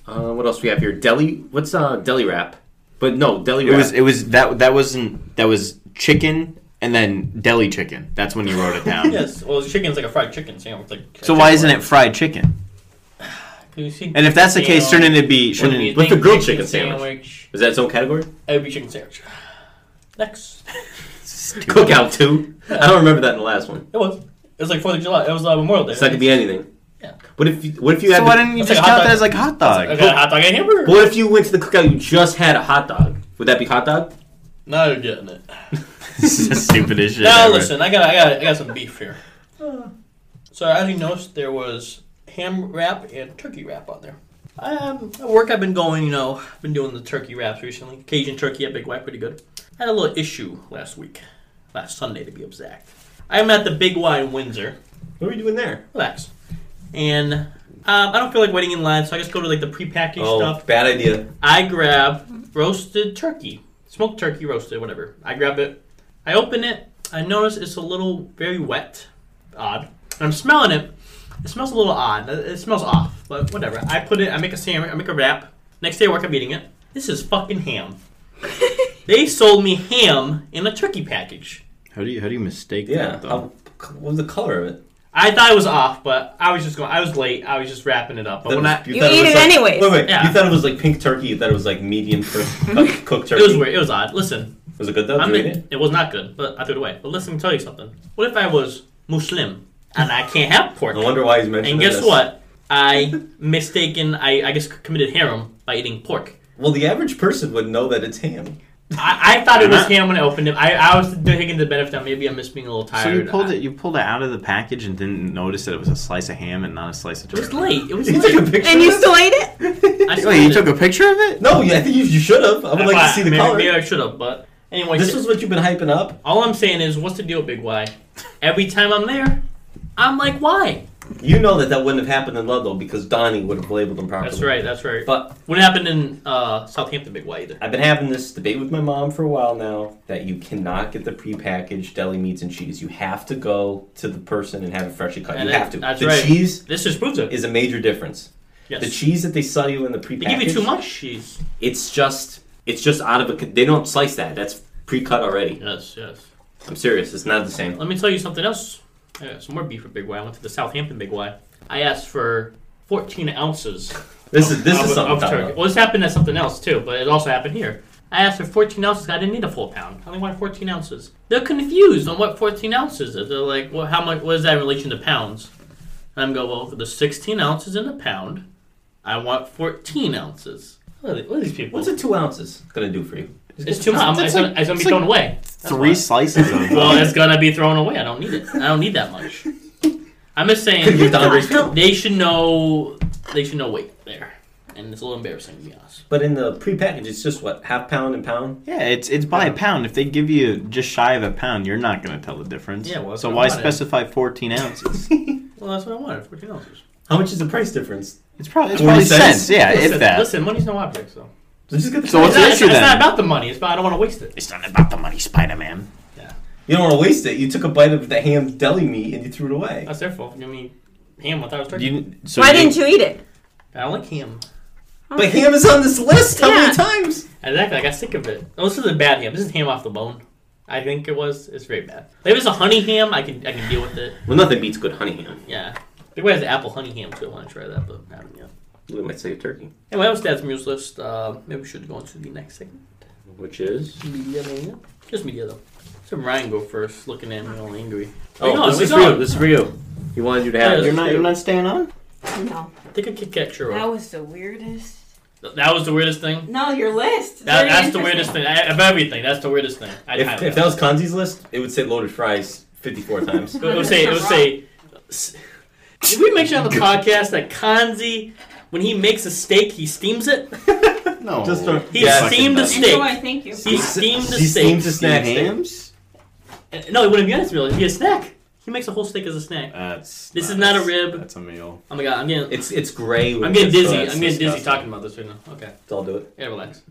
Uh, what else we have here? Deli. What's uh deli wrap? But no deli It wrap. was it was that that wasn't that was chicken and then deli chicken. That's when you wrote it down. Yes. Well, chicken's like a fried chicken sandwich. Like. So why isn't it fried chicken? And if that's the case, shouldn't it be? Shouldn't it, With the grilled chicken sandwich. Is that its own category? It would be chicken sandwich. Next. Cookout too. I don't remember that in the last one. It was. It was like Fourth of July. It was uh, Memorial Day. So that could be anything. Yeah. What if you, what if you had so why the- didn't you It's like just a hot count that dog. as like hot dog? I got a hot dog and hamburger. What if you went to the cookout? You just had a hot dog. Would that be hot dog? Now you're getting it. this is the stupidest shit. Now ever. listen, I got, I got, I got some beef here. Uh. So as you noticed, there was ham wrap and turkey wrap on there. Um, at work I've been going, you know, I've been doing the turkey wraps recently. Cajun turkey at Big White, pretty good. I had a little issue last week, last Sunday to be exact. I'm at the Big Y in Windsor. What are we doing there? Relax. And um, I don't feel like waiting in line, so I just go to like the prepackaged oh, stuff. bad idea. I grab roasted turkey, smoked turkey, roasted, whatever. I grab it. I open it. I notice it's a little very wet, odd. And I'm smelling it. It smells a little odd. It it smells off, but whatever. I put it. I make a sandwich. I make a wrap. Next day at work, I'm eating it. This is fucking ham. they sold me ham in a turkey package. How do you how do you mistake Yeah. that though? How, what was the color of it? I thought it was off, but I was just going. I was late. I was just wrapping it up. But That when was- I, You thought eat was it like- anyways. Wait, wait. Yeah. You thought it was like pink turkey. You thought it was like medium cooked cooked turkey. it was weird. It was odd. Listen, Was it good though? Did I'm you eat in, it? it was not good, but I threw it away. But listen, let me tell you something. What if I was Muslim and I can't have pork? No wonder why he's mentioning and guess this. what? I mistaken. I I guess committed harem by eating pork. Well, the average person would know that it's ham. I, I thought it was Uh-huh. ham when I opened it. I, I was taking the benefit that maybe I'm just being a little So tired. you pulled I- it you pulled it out of the package and didn't notice that it was a slice of ham and not a slice of It was turkey. late. It was You took a late. picture. And you of it? still ate it? I still Wait, you did. took a picture of it? No, yeah, I think you, you should have. I would like to see the maybe, color. Maybe I should have, but anyway. This so- is what you've been hyping up. all I'm saying is, what's the deal, Big Y? Every time I'm there, I'm like, why? You know that that wouldn't have happened in Ludlow because Donnie would have labeled them properly. That's right. That's right. But Wouldn't happen in uh, Southampton, Big Y either. I've been having this debate with my mom for a while now that you cannot get the prepackaged deli meats and cheese. You have to go to the person and have it freshly cut. And you that- have to. that's the right. cheese This just proves it. is a major difference. Yes. The cheese that they sell you in the prepackaged, They give you too much cheese. It's just it's just out of a. They don't slice that. That's pre-cut already. Yes, yes. I'm serious. It's not the same. Let me tell you something else. I got some more beef for Big Y. I went to the Southampton Big Y. I asked for 14 ounces This is this of, is something. of I'm talking turkey. about. Well, this happened at something else too, but it also happened here. I asked for 14 ounces. I didn't need a full pound. I only wanted 14 ounces. They're confused on what 14 ounces is. They're like, well, how much? What is that in relation to pounds? And I'm going, well, the 16 ounces in a pound. I want 14 ounces. What are, the- what are these people? What's a two ounces gonna do for you? it's too much. I'm- It's, That's gonna, like- it's gonna be it's like- thrown away. Three slices of Well, it's gonna be thrown away. I don't need it. I don't need that much. I'm just Could be saying Donnie's too. they should know. They should know weight there, and it's a little embarrassing to be honest. But in the prepackaged, it's just what half pound and pound. Yeah, it's it's by a pound. If they give you just shy of a pound, you're not gonna tell the difference. Yeah, well, so I why wanted. specify 14 ounces? Well, that's what I wanted. Fourteen ounces. How much is the price difference? It's probably it's 40 probably cents? cents. Yeah, listen, if that. Listen, money's no object, so. So just get the So price. What's the it's, issue not, it's then? not about the money. It's about I don't want to waste it. It's not about the money, Spider Man. Yeah, You don't want to waste it. You took a bite of the ham deli meat and you threw it away. that's their fault. You mean ham? I thought it was turkey. You, so Why you- didn't you eat it? I don't like ham. But ham is on this list. How many Yeah. times? Exactly. I got sick of it. Oh, this is a bad ham. This is ham off the bone. I think it was. It's very bad. If it's a honey ham, I can I can deal with it. Well, nothing beats good honey ham. Yeah. Big way has the apple honey ham too. I want to try that, but I haven't yet. We might say turkey, Anyway, that was Dad's Muse List. Uh, maybe we should go into the next segment. which is. Media Mania? Just media, though. Let's have Ryan go first, looking at me all angry. Oh, Wait, no, this wait, is no. for you. This is for you. He wanted you to have Yeah, it. You're not you're not staying on. No, Take a Kit Kat churro. was the weirdest. Th- That was the weirdest thing. No, your list. That, that's the weirdest thing. I, of everything, that's the weirdest thing. I If, if that was Kanzi's list, it would say loaded fries 54 times. it would say, it would say. s- Did we mention on the podcast that Kanzi, when he makes a steak, he steams it? No, Just a- He Yeah, steamed a fucking steak. thank you. He steamed a He steak. steams a snack. steak. hams. Uh, No, it wouldn't be honest, really. It'd be a snack. He makes a whole steak as a snack. That's This is not a rib. That's a meal. Oh my god, I'm getting. It's it's gray. when I'm it getting gets dizzy. to that. I'm getting dizzy Disgusting. talking about this right now. Okay, I'll do it. yeah, relax.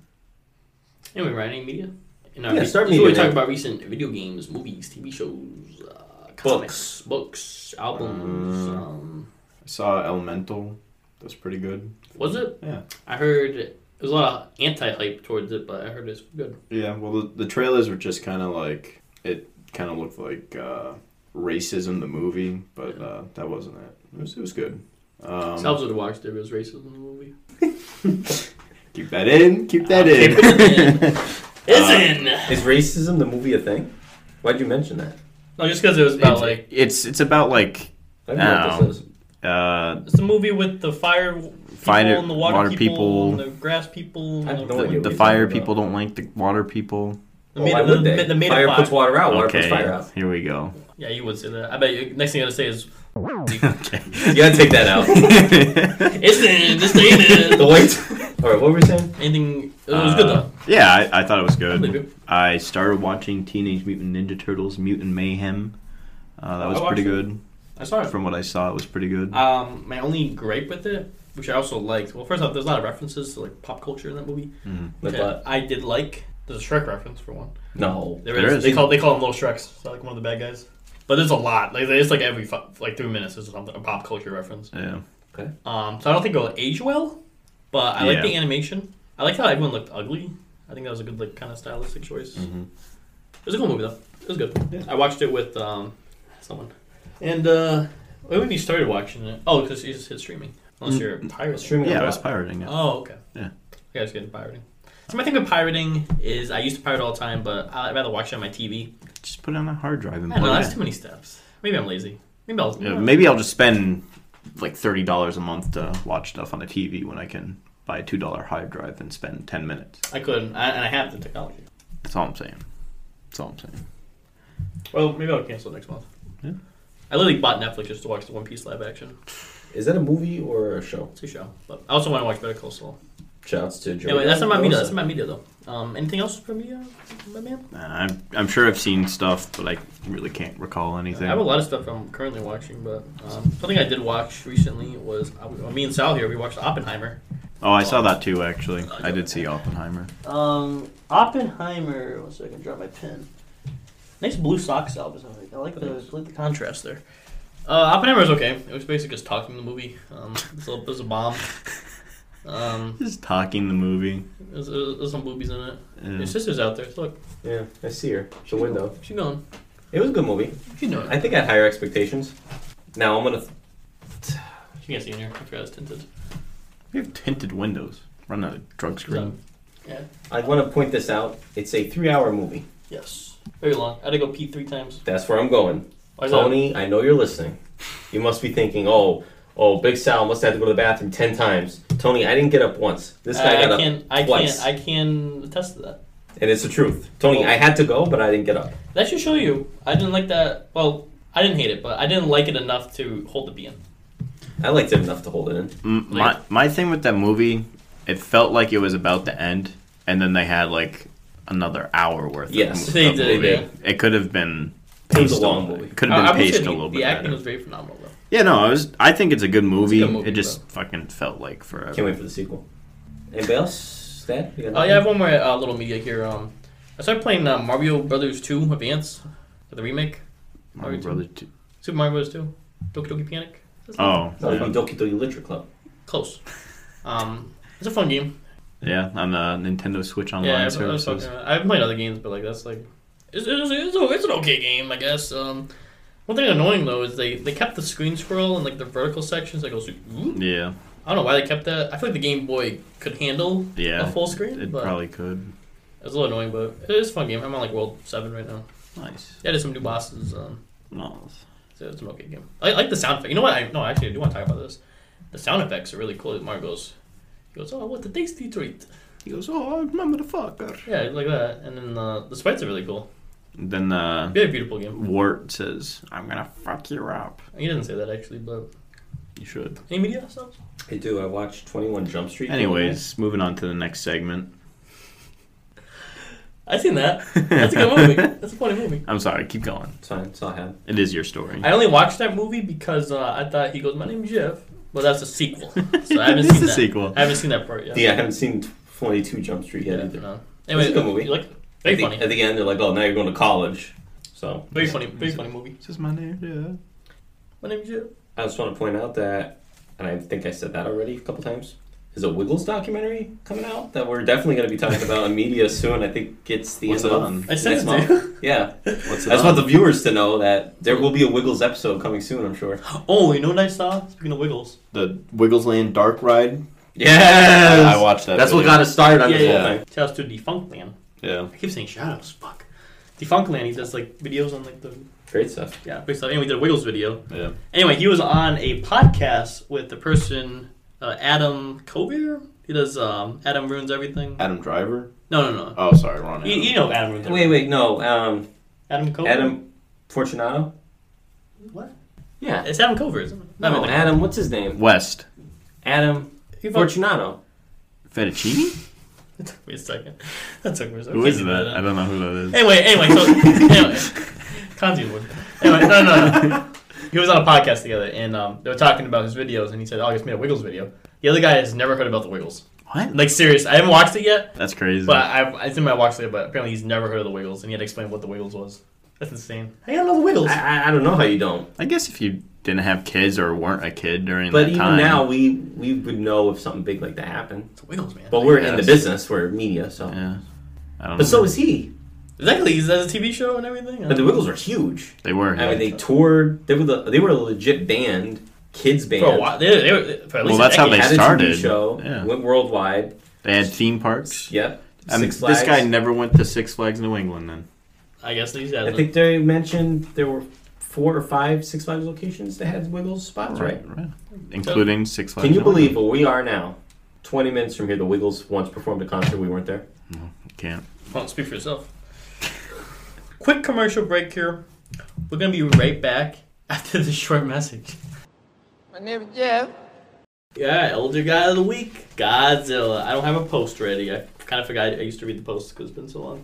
Anyway, Ryan, any media? In our Yeah, re- start this is media, where We talk man. about recent video games, movies, TV shows, uh, comics, books, albums. Um, Mm. I saw Elemental. That's pretty good. was it? Yeah. I heard there was a lot of anti-hype towards it, but I heard it's good. Yeah. Well, the, the trailers were just kind of like it. Kind of looked like uh, racism, the movie, but uh, that wasn't it. It was, it was good. Um, Salvador Watch there was racism in the movie. keep that in. Keep that I'll in. keep it Isn't? Is racism the movie a thing? Why'd you mention that? no, just because it was about like it's it's about like I don't know what this is. uh, it's the movie with the fire people Fire- and the water, water people, and people. the grass people. I And have the, no idea. the, what the you're fire talking people don't like the water people. the Well, made- why would the- they? the made of fire puts fire. water out. Water puts okay, fire out. here we go. Yeah, you would say that. I bet you, next thing I'm gonna say is, You gotta take that out. "Isn't this the ain't it." white. All right, what were we saying? Anything? It was good Uh, though. Yeah, I, I thought it was I believe good. you. I started watching Teenage Mutant Ninja Turtles: Mutant Mayhem. Uh, that I was watched pretty it. good. I saw it. From what I saw, it was pretty good. Um, my only gripe with it, which I also liked. Well, first off, there's a lot of references to like pop culture in that movie, Mhm. which Like I, what? I did like. There's a Shrek reference for one. No. There is. There is. They call they call him Little Shreks. So like one of the bad guys. But there's a lot. Like it's like every fu- like three minutes there's something a pop culture reference. Yeah. Um, so I don't think it'll age well, but I like Yeah. the animation. I like how everyone looked ugly. I think that was a good like kind of stylistic choice. Mhm. It was a cool movie though. It was good. Yeah. I watched it with um, someone, and uh, when you started watching it, oh, because you just hit streaming. Unless you're pirating. Streaming Yeah, on I was what? pirating it. Oh, okay. Yeah. Yeah, I was getting pirating. So my thing with pirating is I used to pirate all the time, but I'd rather watch it on my TV. Just put it on a hard drive and I don't know, plug that's it. too many steps. Maybe I'm lazy. Maybe I'll. in. Yeah, maybe I'll just spend like thirty dollars a month to watch stuff on a TV when I can buy a two dollar hard drive and spend ten minutes. I couldn't, I, and I have the technology. That's all I'm saying. That's all I'm saying. Well, maybe I'll cancel next month. Yeah. I literally bought Netflix just to watch the One Piece live action. Is that a movie or a show? It's a show, but I also want to watch Better Call Saul. Shouts to Joe. Anyway, that's not my media. That's not my media though. Um, anything else for me, uh, my man? Uh, I'm, I'm sure I've seen stuff, but I really can't recall anything. I have a lot of stuff I'm currently watching, but um, something I did watch recently was uh, me and Sal here. We watched Oppenheimer. oh, I saw that too. Actually, I did see Oppenheimer. Um, Oppenheimer. One second, drop my pen. Nice blue socks, Albus. I like- I like the, I like the contrast there. Uh, Oppenheimer was okay. It was basically just talking in the movie. Um, it's a, it's a bomb. Um, Just talking the movie. there's, there's some boobies in it. Yeah. Your sister's out there. Look, Yeah, I see her. The window. she going. It was a good movie. She know it. I think I had higher expectations. Now I'm gonna. She can't see in here. I forgot it's tinted. We have tinted windows. Run a drug screen. Yeah. I want to point this out. It's a three-hour movie. Yes. Very long. I had to go pee three times. That's where I'm going. Why is that? Tony, I know you're listening. You must be thinking, oh, oh, Big Sal must have had to go to the bathroom ten times. Tony, I didn't get up once. This guy I, got Uh, I can. up I twice, can. I can attest to that. and it's the truth. Tony, I had to go, but I didn't get up. That should show you. I didn't like that. Well, I didn't hate it, but I didn't like it enough to hold the bean. I liked it enough to hold it in. M My my thing with that movie, it felt like it was about to end, and then they had like another hour worth. Yes, of, they of did, movie. yeah. It could have been. It was a paced a long little- movie. Could have I- I been will paced say a the, little the bit acting better. was very phenomenal, though. Yeah, no, I was. I think it's a good movie. movie, it just fucking felt like forever. Can't wait for the sequel. Anybody else? Dad? You got Oh yeah, I have one more uh, little media here. Um, I started playing uh, Mario Brothers Two Advance, the remake, Mario Alright. Brothers two. Super Mario Brothers Two, Doki Doki Panic. Oh, That would yeah. be Doki Doki Literature Club. Close. Um, it's a fun game. Yeah, on uh, Nintendo Switch Online yeah, I, I was talking. services. About, I've played other games, but like that's like, it's it's, it's, a, it's an okay game, I guess. Um, one thing annoying though is they they kept the screen scroll and like the vertical sections. Like it goes. Ooh, Yeah, I don't know why they kept that. I feel like the Game Boy could handle Yeah, a full screen, it but probably could. it's a little annoying. But it is a fun game. I'm on like World Seven right now. Nice. Yeah, there's some new bosses. Um, Nice. so it's an okay game. I, I like the sound effect. You know what? I no, actually, I do want to talk about this. The sound effects are really cool. Mario goes, he goes, oh, what a tasty treat. He goes, oh, I'm a motherfucker. Yeah, like that. And then uh, the sprites are really cool. Then uh, Very beautiful game. Wart says, I'm gonna fuck you up. He didn't say that actually, but You should. any media stuff? I do. I watched 21 Jump Street. Anyways, moving on to the next segment. I seen that. That's a good movie. That's a funny movie. I'm sorry, keep going. It's fine. It's all I have. It is your story. I only watched that movie because uh, I thought he goes, my name's Jeff. Well, that's a sequel. So I haven't It's seen a that. sequel. I haven't seen that part yet. Yeah, I haven't seen 22 Jump Street yet Yeah, either. no. Anyway, It's a good movie. Like, At very the, funny. at the end, they're like, oh, now you're going to college. So Very funny. Very funny movie. This is my name, yeah. My name's Jeff. I just want to point out that, and I think I said that already a couple times, is a Wiggles documentary coming out that we're definitely going to be talking about in media soon. I think it's the What's end it of on? I said next it month. to Yeah, What's I just want the viewers to know that there will be a Wiggles episode coming soon. I'm sure. Oh, you know what I saw? Speaking of Wiggles. the Wiggles Land Dark Ride? Yes, I watched that That's what video. got us started on yeah, this whole yeah. thing. Shouts to Defunct Man. Yeah. I keep saying shoutouts. Fuck. Defunct Man. He does like videos on like the Great stuff. yeah. Based on, anyway, we did a Wiggles video. Yeah. Anyway, he was on a podcast with the person uh, Adam Kovier. He does um, Adam ruins everything. Adam Driver? No, no, no. Oh, sorry, wrong You, Adam. you know Adam ruins Wait, everything. wait, no. Um, Adam Kovier. Adam Fortunato. What? Yeah. It's Adam Kovier. Isn't it? I No, mean, like, Adam. What's his name? West. Adam he fucked- Fortunato. Fettuccine? It took me a second. That took me a second. Who is Can't do that? I don't know who that is. Anyway, anyway, so anyway, Kanzi would. Anyway, no, no, no. He was on a podcast together, and um, they were talking about his videos, and he said, "Oh, I just made a Wiggles video." The other guy has never heard about the Wiggles. What? Like, serious. I haven't watched it yet, That's crazy. but I, it's in my watch later. But apparently, he's never heard of the Wiggles, and he had to explain what the Wiggles was. That's insane. I don't know the Wiggles. I, I- I don't know how you don't. I guess if you didn't have kids or weren't a kid during But that even time, now, we we would know if something big like that happened. It's the Wiggles, man. But we're in the guess. business. We're media, so. yeah, I don't know. But so is he. Exactly. He's has a TV show and everything. But the Wiggles were huge. they were. I mean, they toured. They were the, they were a legit band, kids band. for a while, they, they were, for at Well, least that's a how decade. they had a started. TV show. Yeah. Went worldwide. They had theme parks. Yep. I mean, Six Flags. this guy never went to Six Flags New England. Then I guess these I guys. think they mentioned there were four or five Six Flags locations that had Wiggles spots, right? right, including Six Flags. Can you New England. believe where we are now? 20 minutes from here, the Wiggles once performed a concert. We weren't there. Can't. Well, speak for yourself. Quick commercial break here. We're gonna be right back after this short message. My name is Jeff. Yeah, elder guy of the week, Godzilla. I don't have a post ready. I kind of forgot I used to read the post because it's been so long.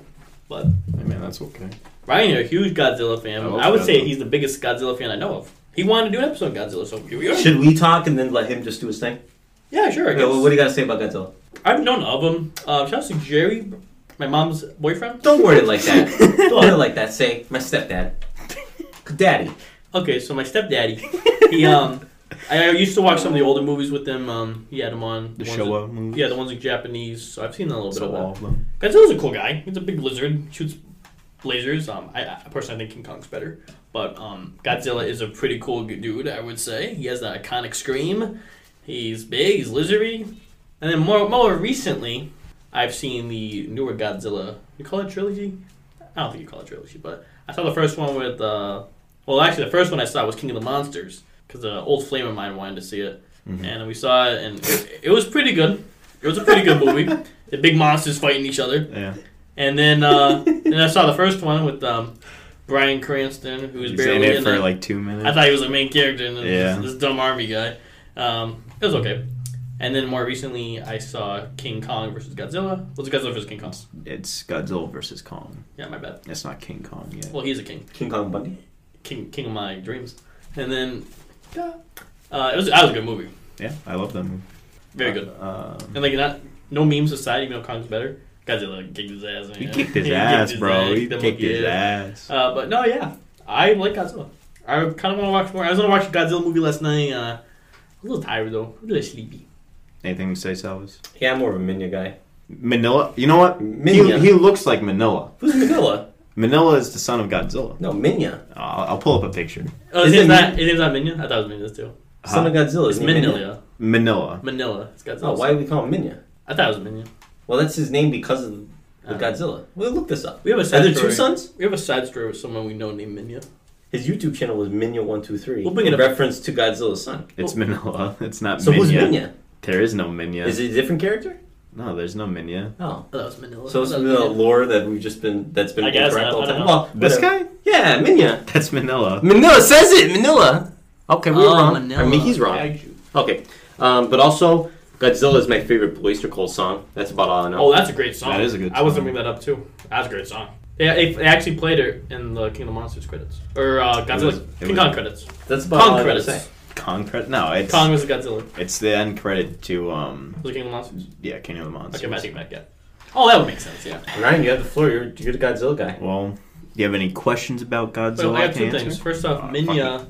But Hey man, that's okay. Ryan, you're a huge Godzilla fan. I I, love would say Godzilla. he's the biggest Godzilla fan I know of. He wanted to do an episode on Godzilla, so here we are. Should we talk and then let him just do his thing? Yeah, sure. I Okay, guess. well, what do you got to say about Godzilla? I've known of him. Uh, shout out to Jerry, my mom's boyfriend. Don't word it like that. Don't word it like that. Say, my stepdad. Daddy. Okay, so my stepdaddy, he um, I I used to watch some of the older movies with him. Um, he had him on The ones that- Showa movie. Yeah, the ones in Japanese. So I've seen a little So bit all of of them. that. Godzilla's a cool guy. He's a big lizard. Shoots lasers. Um, I, I personally think King Kong's better, but um, Godzilla is a pretty cool g- dude. I would say he has that iconic scream. He's big. He's lizardy. And then more more recently, I've seen the newer Godzilla. You call it trilogy? I don't think you call it trilogy, but I saw the first one with. Uh, well, actually, the first one I saw was King of the Monsters because an old flame of mine wanted to see it, and we saw it, and it, it was pretty good. It was a pretty good movie. The big monsters fighting each other, Yeah. and then uh, and I saw the first one with um, Brian Cranston, who was He's in barely it in for it. like two minutes. I thought he was the main character in this, Yeah. this dumb army guy. Um, it was okay. And then more recently, I saw King Kong versus Godzilla. What's Godzilla versus King Kong? it's Godzilla versus Kong. Yeah, my bad. It's not King Kong yet. Well, he's a king, King Kong Bundy. king, king of my dreams. And then uh, it was that was a good movie, yeah, I love that movie. very good. Uh, And like not no meme society, even though Kong's better. Godzilla kicked his ass. he man. kicked his He ass, his bro. ass, He the kicked monkey his ass. Uh, but no, yeah, I like Godzilla. I kind of want to watch more. I was gonna watch a Godzilla movie last night. Uh, a little tired though, a little sleepy. Anything to say, Salvis? Yeah, I'm more of a Minya guy. Manila. You know what? Minya. He, he looks like Manila. Who's Manila? Manila is the son of Godzilla. No, Minya. I'll, I'll pull up a picture. Oh, his Is name's it not. His name's not Minion. I thought it was Minion too. Son of Godzilla. It's isn't he Manila. Manila. Manila. It's Godzilla. Oh, why do we call him Minya? I thought it was Minion. Well, that's his name because of the Uh, Godzilla. Well, look this up. We have a Are side there story. two sons? We have a side story with someone we know named Minion. His YouTube channel was Minya123 We'll bring it in up. reference to Godzilla's son. Oh. It's Manila. It's not So Minya. who's Minya? There is no Minya. Is it a different character? No, there's no Minya. Oh. I thought it was Manila. So it's I thought the it was Minion. lore that we've just been that's been I guess, incorrect I- all I the time. don't know. Well, This whatever. guy? Yeah, Minya. That's Manila. Manila says it. Manila. Okay, we were Oh, wrong. Manila. I mean, he's wrong. Thank you. Okay, um, but also Godzilla is my favorite Blaster Cole song. That's about all I know. Oh, that's a great song. That is a good I was song. gonna bring that up too. That's a great song. Yeah, they, they actually played it in the King of the Monsters credits or uh, Godzilla was- it King was- Kong credits. that's about all Kong I gotta credits. say. Concrete? No, it's Kong was a Godzilla. it's the end credit to um Was it King of the Monsters? yeah, King of the Monsters. Okay, Magic Mac. Yeah. Oh, that would make sense. Yeah. Ryan, you have the floor. You're, you're the Godzilla guy. Well, do you have any questions about Godzilla? So I have can two things. answer? First off, Uh, Minya.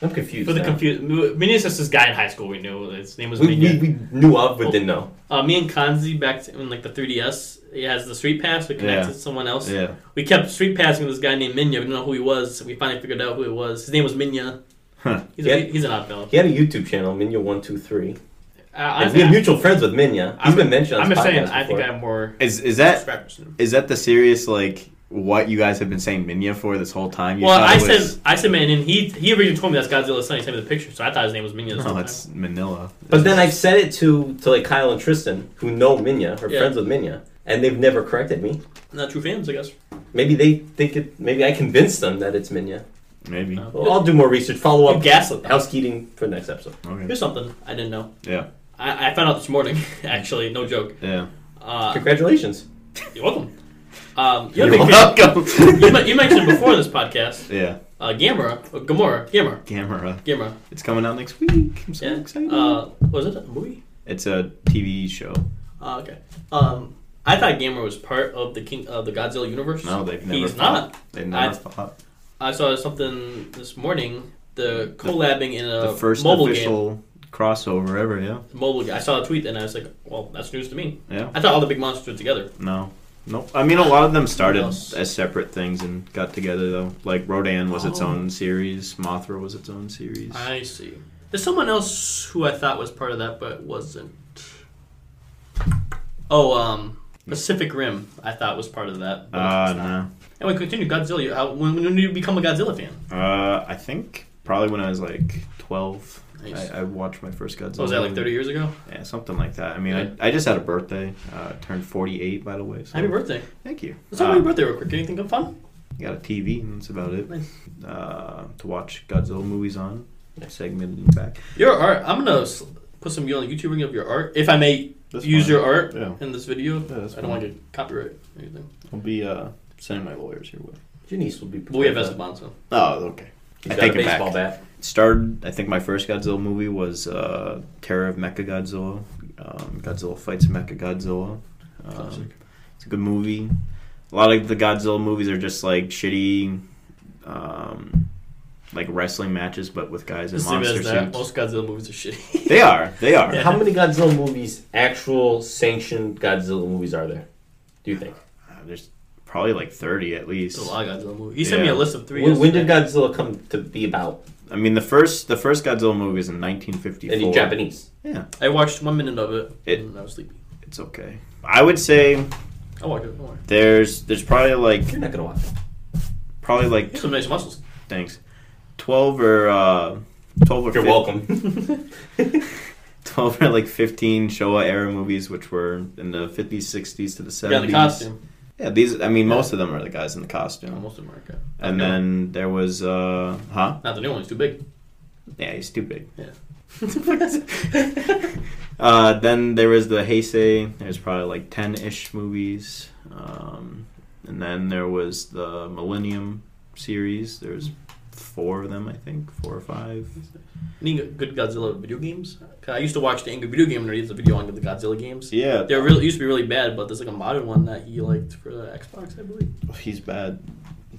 I'm confused. For the now. confused, Minya's just this guy in high school we knew. His name was we, we, Minya. we knew of, but didn't know. uh, me and Kanzi back to, in like the 3DS. He has the street pass. We connected Yeah. to someone else. Yeah, We kept street passing with this guy named Minya. We didn't know who he was. We finally figured out who it was. His name was Minya. Huh. He's, Yeah. a, he's an odd fellow. He had a YouTube channel, Minya123. Uh, I, I, We have mutual friends with Minya. He's I'm- been mentioned on I'm this just saying. podcast I think I before. have more is is that subscribers. than him. is that the serious like what you guys have been saying Minya for this whole time? You Well, thought I it was- said I said man, and he he originally told me that's Godzilla's son. He sent me the picture, so I thought his name was Minya. this no, whole it's Manila. But then I've said it to to like Kyle and Tristan, who know Minya, are Yeah. friends with Minya, and they've never corrected me. time. Not true fans, I guess. Maybe they think it. Maybe I convinced them that it's Minya. maybe No. Well, I'll do more research. Follow You up. gaslit them. Housekeeping for next episode. okay. Here's something I didn't know. Yeah, I, I found out this morning, actually, no joke. yeah. Uh, Congratulations. you're welcome. Um, the You're other character- welcome. you, men- you mentioned before this podcast, yeah, uh, Gamora, or Gamora, Gamora, Gamera. Gamora. It's coming out next week. I'm so Yeah. excited. Uh, was it a movie? it's a TV show. Uh, okay. Um, I thought Gamora was part of the King of the Godzilla universe. No, they've never. He's fought. not. They never I- fought. I saw something this morning. The collabing in a The first mobile game. official crossover ever. Yeah, Mobile. Game. I saw a tweet and I was like, "Well, that's news to me." yeah. I thought all the big monsters were together. No. Nope. I mean, a lot of them started else? as separate things and got together, though. Like, Rodan was its Oh. own series, Mothra was its own series. Uh, I see. There's someone else who I thought was part of that but wasn't. Oh, um, Pacific Rim. I thought was part of that. but Uh, it's not. no. And we continue Godzilla. How, when, when did you become a Godzilla fan? Uh, I think probably when I was like 12, Nice. I, I watched my first Godzilla. So was that like movie. 30 years ago? Yeah, something like that. I mean, Yeah. I, I just had a birthday. Uh, turned 48, by the way. So Happy birthday! Thank you. Let's talk about Uh, your birthday real quick. Anything fun? Got a TV, and that's about it. Nice. Uh, to watch Godzilla movies on. Segmented in the back. Your art. I'm gonna s- put some on YouTube ring of your art, if I may That's use fine. your art Yeah. in this video. that's I don't want to get copyright or anything. I'll be uh, sending my lawyers your way. Janice will be. But we have Esteban, so Oh, okay. He's I got take a it back. baseball bat. started i think my first godzilla movie was uh, terror of mecha godzilla um, godzilla fights mecha godzilla um, Classic. it's a good movie a lot of the godzilla movies are just like shitty um, like wrestling matches but with guys in Just leave it monster as that. suits Most Godzilla movies are shitty. they are they are How many Godzilla movies, actual sanctioned Godzilla movies, are there? Do you think? Uh, there's probably like 30 at least There's a lot of Godzilla movies. He sent me Yeah. a list of three. When, when did yesterday. Godzilla come to be about? i mean the first the first godzilla movie is in And in 1954 Japanese. yeah I watched one minute of it, It- and I was sleepy. it's okay i would say I watched it. Don't worry. there's there's probably like You're not gonna watch. it. probably like You have some nice muscles. Thanks. Twelve or uh, twelve or You're 15 welcome. Twelve or like fifteen Showa era movies, which were in the fifties, sixties to the You got seventies. the costume. Yeah, these. I mean, most of them are the guys in the costume. Almost America. And then there was, uh, huh? Not the new one. It's too big. Yeah, he's too big. Yeah. Uh, then there was the Heisei. There's probably like ten-ish movies. Um, and then there was the Millennium series. There's four of them, I think, four or five. Any good Godzilla video games? 'Cause I used to watch the Angry Video Game Nerd. It's a video on the Godzilla games. Yeah, They were really used to be really bad, but there's like a modern one that he liked for the Xbox, I believe. He's bad.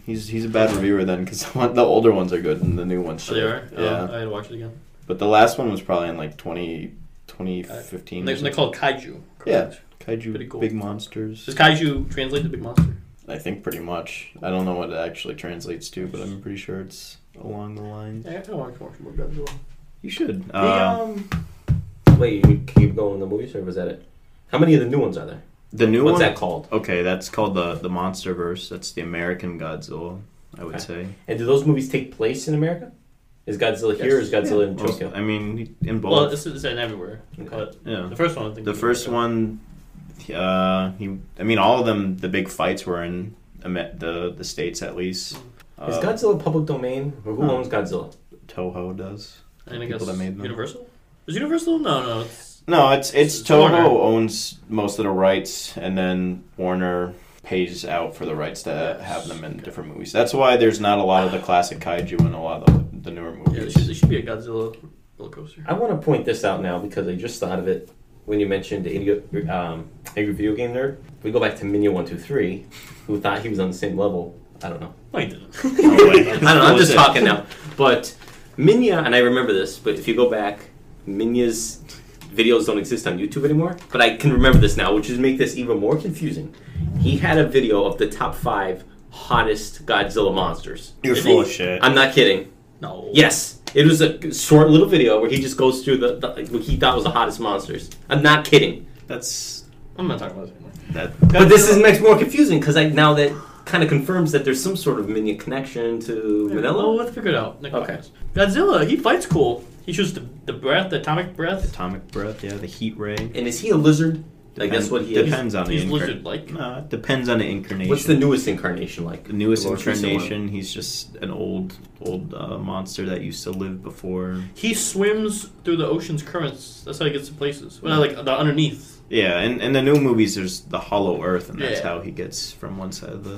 He's he's a bad reviewer then because the older ones are good and the new ones. So they are. shit. Uh, Yeah, I had to watch it again. but the last one was probably in like 20, 2015. And or They're, something. they're called kaiju. Uh, pretty kaiju cool. big monsters. Does kaiju translate to big monster? I think pretty much. I don't know what it actually translates to, but I'm pretty sure it's along the lines. Yeah, I want to watch more Godzilla. You should. The, Uh, um, Wait, you keep going in the movies, or was that it? How many of the new ones are there? the new What's one. that called? Okay, that's called the the MonsterVerse. That's the American Godzilla. I would Okay. say. And do those movies take place in America? Is Godzilla here or is Godzilla in Most- Tokyo? I mean, in both. well, it's, it's in everywhere. Okay. But yeah. the first one, I think. The was first America. one, uh, he, I mean, all of them, the big fights were in Ame- the the states at least. Is Uh, Godzilla public domain, or who No. owns Godzilla? Toho does. And I people guess that made them. Universal? Is Universal? No, no. It's, No, it's it's It's Toho Warner. owns most of the rights, and then Warner pays out for the rights to have them in different movies. That's why there's not a lot of the classic kaiju in a lot of the, the newer yeah, it movies. should, there should be a Godzilla roller coaster. I want to point this out now because I just thought of it when you mentioned Idiot, um, Angry Video Game Nerd. We go back to Minya123, who thought he was on the same level. I don't know. No, you didn't. No way. I don't know, I'm just Bullshit. talking now. But Minya, and I remember this, but if you go back, Minya's videos don't exist on YouTube anymore. But I can remember this now, which is make this even more confusing. He had a video of the top five hottest Godzilla monsters. You're full of shit. I'm not kidding. No. Yes, it was a short little video where he just goes through the, the what he thought was the hottest monsters. I'm not kidding. That's I'm not talking about this anymore. that. But this is makes more confusing because I now that kind of confirms that there's some sort of minion connection to Well, Manila. let's figure it out. Next Okay. podcast. Godzilla, he fights cool. He shoots the, the breath, the atomic breath. Atomic breath, yeah, the heat ray. And is he a lizard? Like that's what he is. depends on He's the lizard like. No, it depends on the incarnation. What's the newest incarnation like? The newest most recent one. incarnation? He's just an old old uh, monster that used to live before. He swims through the ocean's currents. That's how he gets to places. Well, like the underneath. Yeah, and in the new movies, there's the Hollow Earth, and that's Yeah. how he gets from one side of the,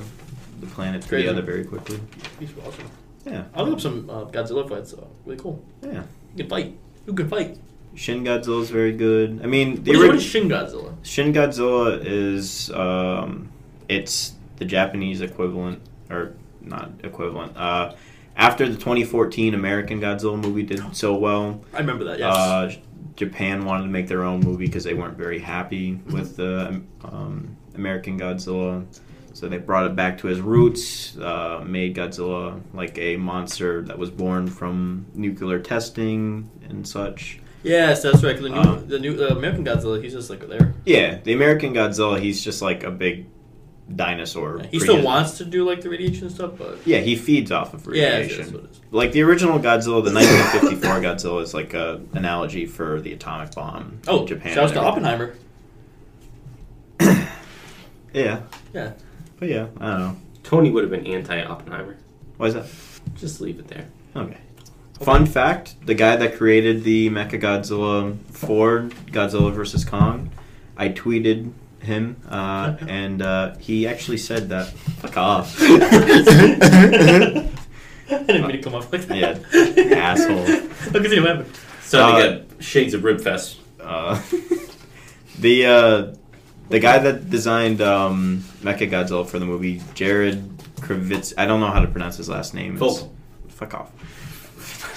the planet to Crazy. the other very quickly. He's awesome. Yeah, I'll look up some uh, Godzilla fights. Though. Really cool. yeah. You can fight. You can fight. Shin Godzilla's very good. I mean, the What is, what orig- is Shin Godzilla? Shin Godzilla is um, it's the Japanese equivalent or not equivalent. Uh, after the 2014 American Godzilla movie Oh. did so well, I remember that. Yes. uh, J- Japan wanted to make their own movie because they weren't very happy with the um, American Godzilla. So they brought it back to his roots, uh, made Godzilla like a monster that was born from nuclear testing and such. yes, that's right. 'cause The new, uh, the new the American Godzilla. He's just like there. Yeah, the American Godzilla, he's just like a big dinosaur. He still Predis- wants to do like the radiation stuff, but Yeah, he feeds off of yeah, radiation. that's what it is. like the original Godzilla, the 1954 Godzilla is like a analogy for the atomic bomb. in Oh, Japan. Japan. Shouts and to everything. Oppenheimer. Yeah. Yeah. But yeah, I don't know. Tony would have been anti Oppenheimer. Why is that? Just leave it there. Okay. Fun fact: the guy that created the Mecha Godzilla for Godzilla vs Kong, I tweeted him, uh, and uh, he actually said that. Fuck off. I didn't mean to come off like that. Yeah, asshole. Look at the weapon. So Uh, they got shades of Ribfest. Uh, the uh, the guy that designed um, Mecha Godzilla for the movie, Jared Kravitz. I don't know how to pronounce his last name. It's- Vogel. Fuck off.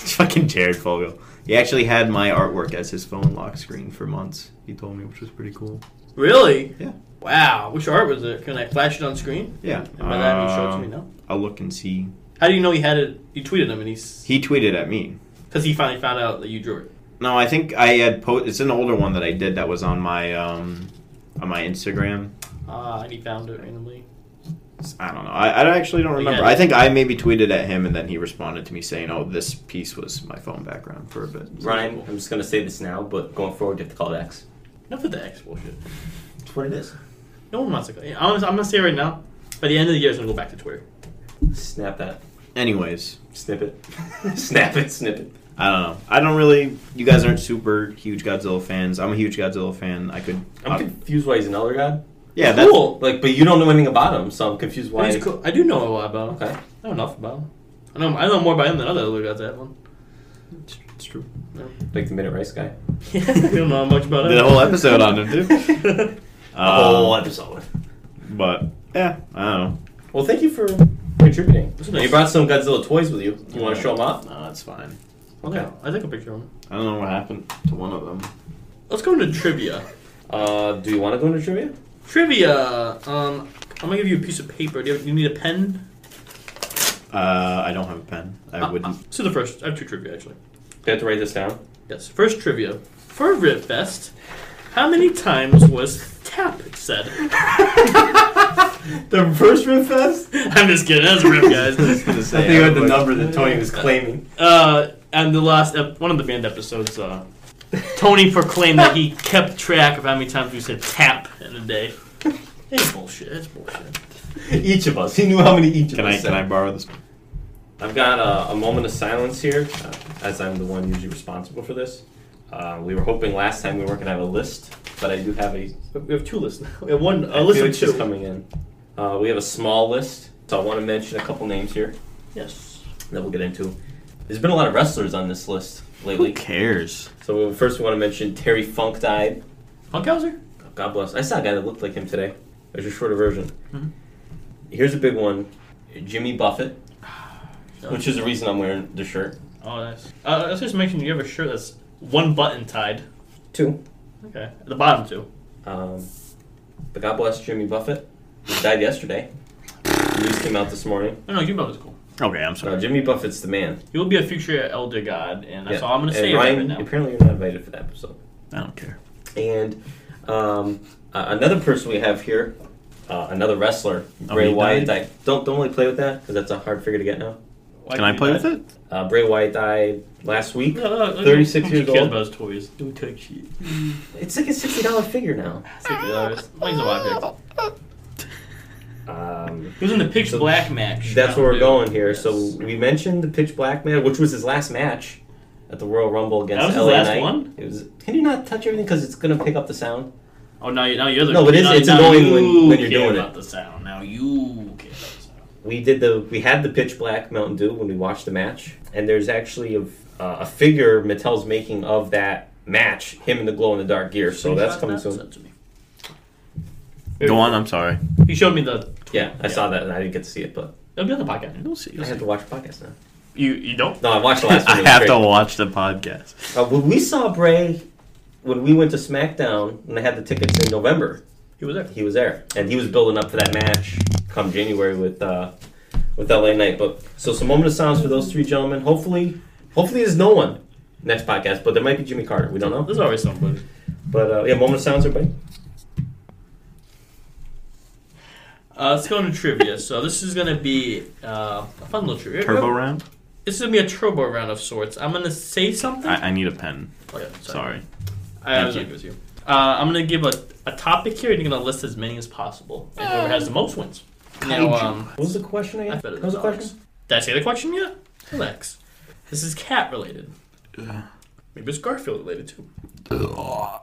It's fucking Jared Fogel. He actually had my artwork as his phone lock screen for months. He told me, which was pretty cool. Really? Yeah. Wow. Which art was it? Can I flash it on screen? Yeah. Uh, And by that, he showed it to me. No. I'll look and see. How do you know he had it? You tweeted him, and he's He tweeted at me. because he finally found out that you drew it. No, I think I had po- It's an older one that I did that was on my um, on my Instagram. Ah, and he found it randomly. I don't know. I, I actually don't Yeah. remember. I think I maybe tweeted at him, and then he responded to me saying, "Oh, this piece was my phone background for a bit." Ryan, I'm just gonna say this now, but going forward, you have to call it X. Enough with the X bullshit. That's what it is. No one wants to go. I'm, I'm gonna say it right now. By the end of the year, it's gonna go back to Twitter. Snap that. Anyways, Snip it. Snap it. Snip it. I don't know. I don't really. You guys aren't super huge Godzilla fans. I'm a huge Godzilla fan. I could. I'm uh, confused why he's an elder god. yeah, that's cool. Like, but you don't know anything about him, so I'm confused why. He's cool. I do know a lot about him. Okay. I know enough about him. I know I know more about him than other little guys that have one. It's, it's true. Like the minute rice guy. I don't know much about Did a whole episode on him too. him. Um, episode. but yeah, I don't know. Well, thank you for contributing. This is Now, nice. you brought some Godzilla toys with you. You want to show them off? No, that's fine. okay. I took a picture of him. I don't know what happened to one of them. Let's go into trivia. Uh, do you want to go into trivia? Trivia. Um, I'm gonna give you a piece of paper. Do you, have, you need a pen? Uh, I don't have a pen. I Uh, wouldn't. uh, so the first, I have two trivia actually. Do I have to write this down? Yes. First trivia. For Ribfest, how many times was tap said? The first Rib Fest? I'm just kidding. That's Rib, guys. gonna I think I heard the number that Tony was claiming. Uh, and the last ep- one of the band episodes, uh, Tony proclaimed that he kept track of how many times we said tap in a day. It's bullshit. It's bullshit. Each of us. He knew how many each of Can I us can I borrow this? I've got a, a moment of silence here, uh, as I'm the one usually responsible for this. Uh, we were hoping last time we weren't going to have a list, but I do have a We have two lists now. We have one. I A feel list like of she's two. coming in. Uh, we have a small list, so I want to mention a couple names here Yes. that we'll get into. There's been a lot of wrestlers on this list Who lately. cares? So we- first, we want to mention Terry Funk died. Funkhauser? God bless. I saw a guy that looked like him today. There's a shorter version. Mhm. Here's a big one: Jimmy Buffett, Yeah. which is the reason I'm wearing the shirt. Oh, nice. Uh, let's just mention you have a shirt that's one button tied. Two. Okay. At the bottom two. Um, but God bless Jimmy Buffett. He died yesterday. News came out this morning. No, no, you know it's cool. Okay, I'm So sorry. Jimmy Buffett's the man. You will be a future elder god, and that's Yeah. all I'm gonna And say about Ryan, it right now. apparently you're not invited for that episode. I don't care. And um, uh, another person we have here, uh, another wrestler, Oh, Bray he Wyatt. died? died. Don't don't really play with that because that's a hard figure to get now. Why Can I do play that? with it? Uh, Bray Wyatt died last week. No, no, no, 36 who years cares old. about his toys. Don't touch it. It's like a sixty dollar figure now. Sixty dollars. Mine's a lot bigger. Um, He was in the pitch So black match. that's That where we're dude. going here. So Yes. we mentioned the Pitch Black match, which was his last match at the Royal Rumble against That was his LA last Knight. one? It was. Can you not touch everything because it's gonna pick up the sound? Oh, now, you- now you're the No, but it's- now, it's now annoying when- you when you're care doing about the sound. Now you care about the sound. we did the we had the pitch black Mountain Dew when we watched the match, and there's actually a uh, a figure Mattel's making of that match, him in the glow in the dark gear. So that's Screenshot coming that, soon. send it to me. Go on. I'm sorry. He showed me the. Yeah, I saw that and I didn't get to see it, but It'll be on the podcast. You'll see. I have to watch the podcast now. You you don't? No, I watched the last one. I it was have great. to watch the podcast. Uh, when we saw Bray when we went to SmackDown and they had the tickets in November, He was there. he was there and he was building up for that match come January with uh, with LA Knight. But so some moment of silence for those three gentlemen. Hopefully, hopefully there's no one next podcast, but there might be Jimmy Carter. We don't know. There's always somebody. But uh, yeah, moment of silence, everybody. Uh, let's go into trivia. So this is gonna be uh, a fun little trivia. Turbo round. This is gonna be a turbo round of sorts. I'm gonna say something. I, I need a pen. Okay, Sorry. I I Thank was you. agree with you. Um, Uh, I'm gonna give a, a topic here, and you're gonna list as many as possible, and whoever has the most wins. Now, um, What was the question again? that's better What than was the Alex. question? Did I say the question yet? Relax. This is cat related. Maybe it's Garfield related too.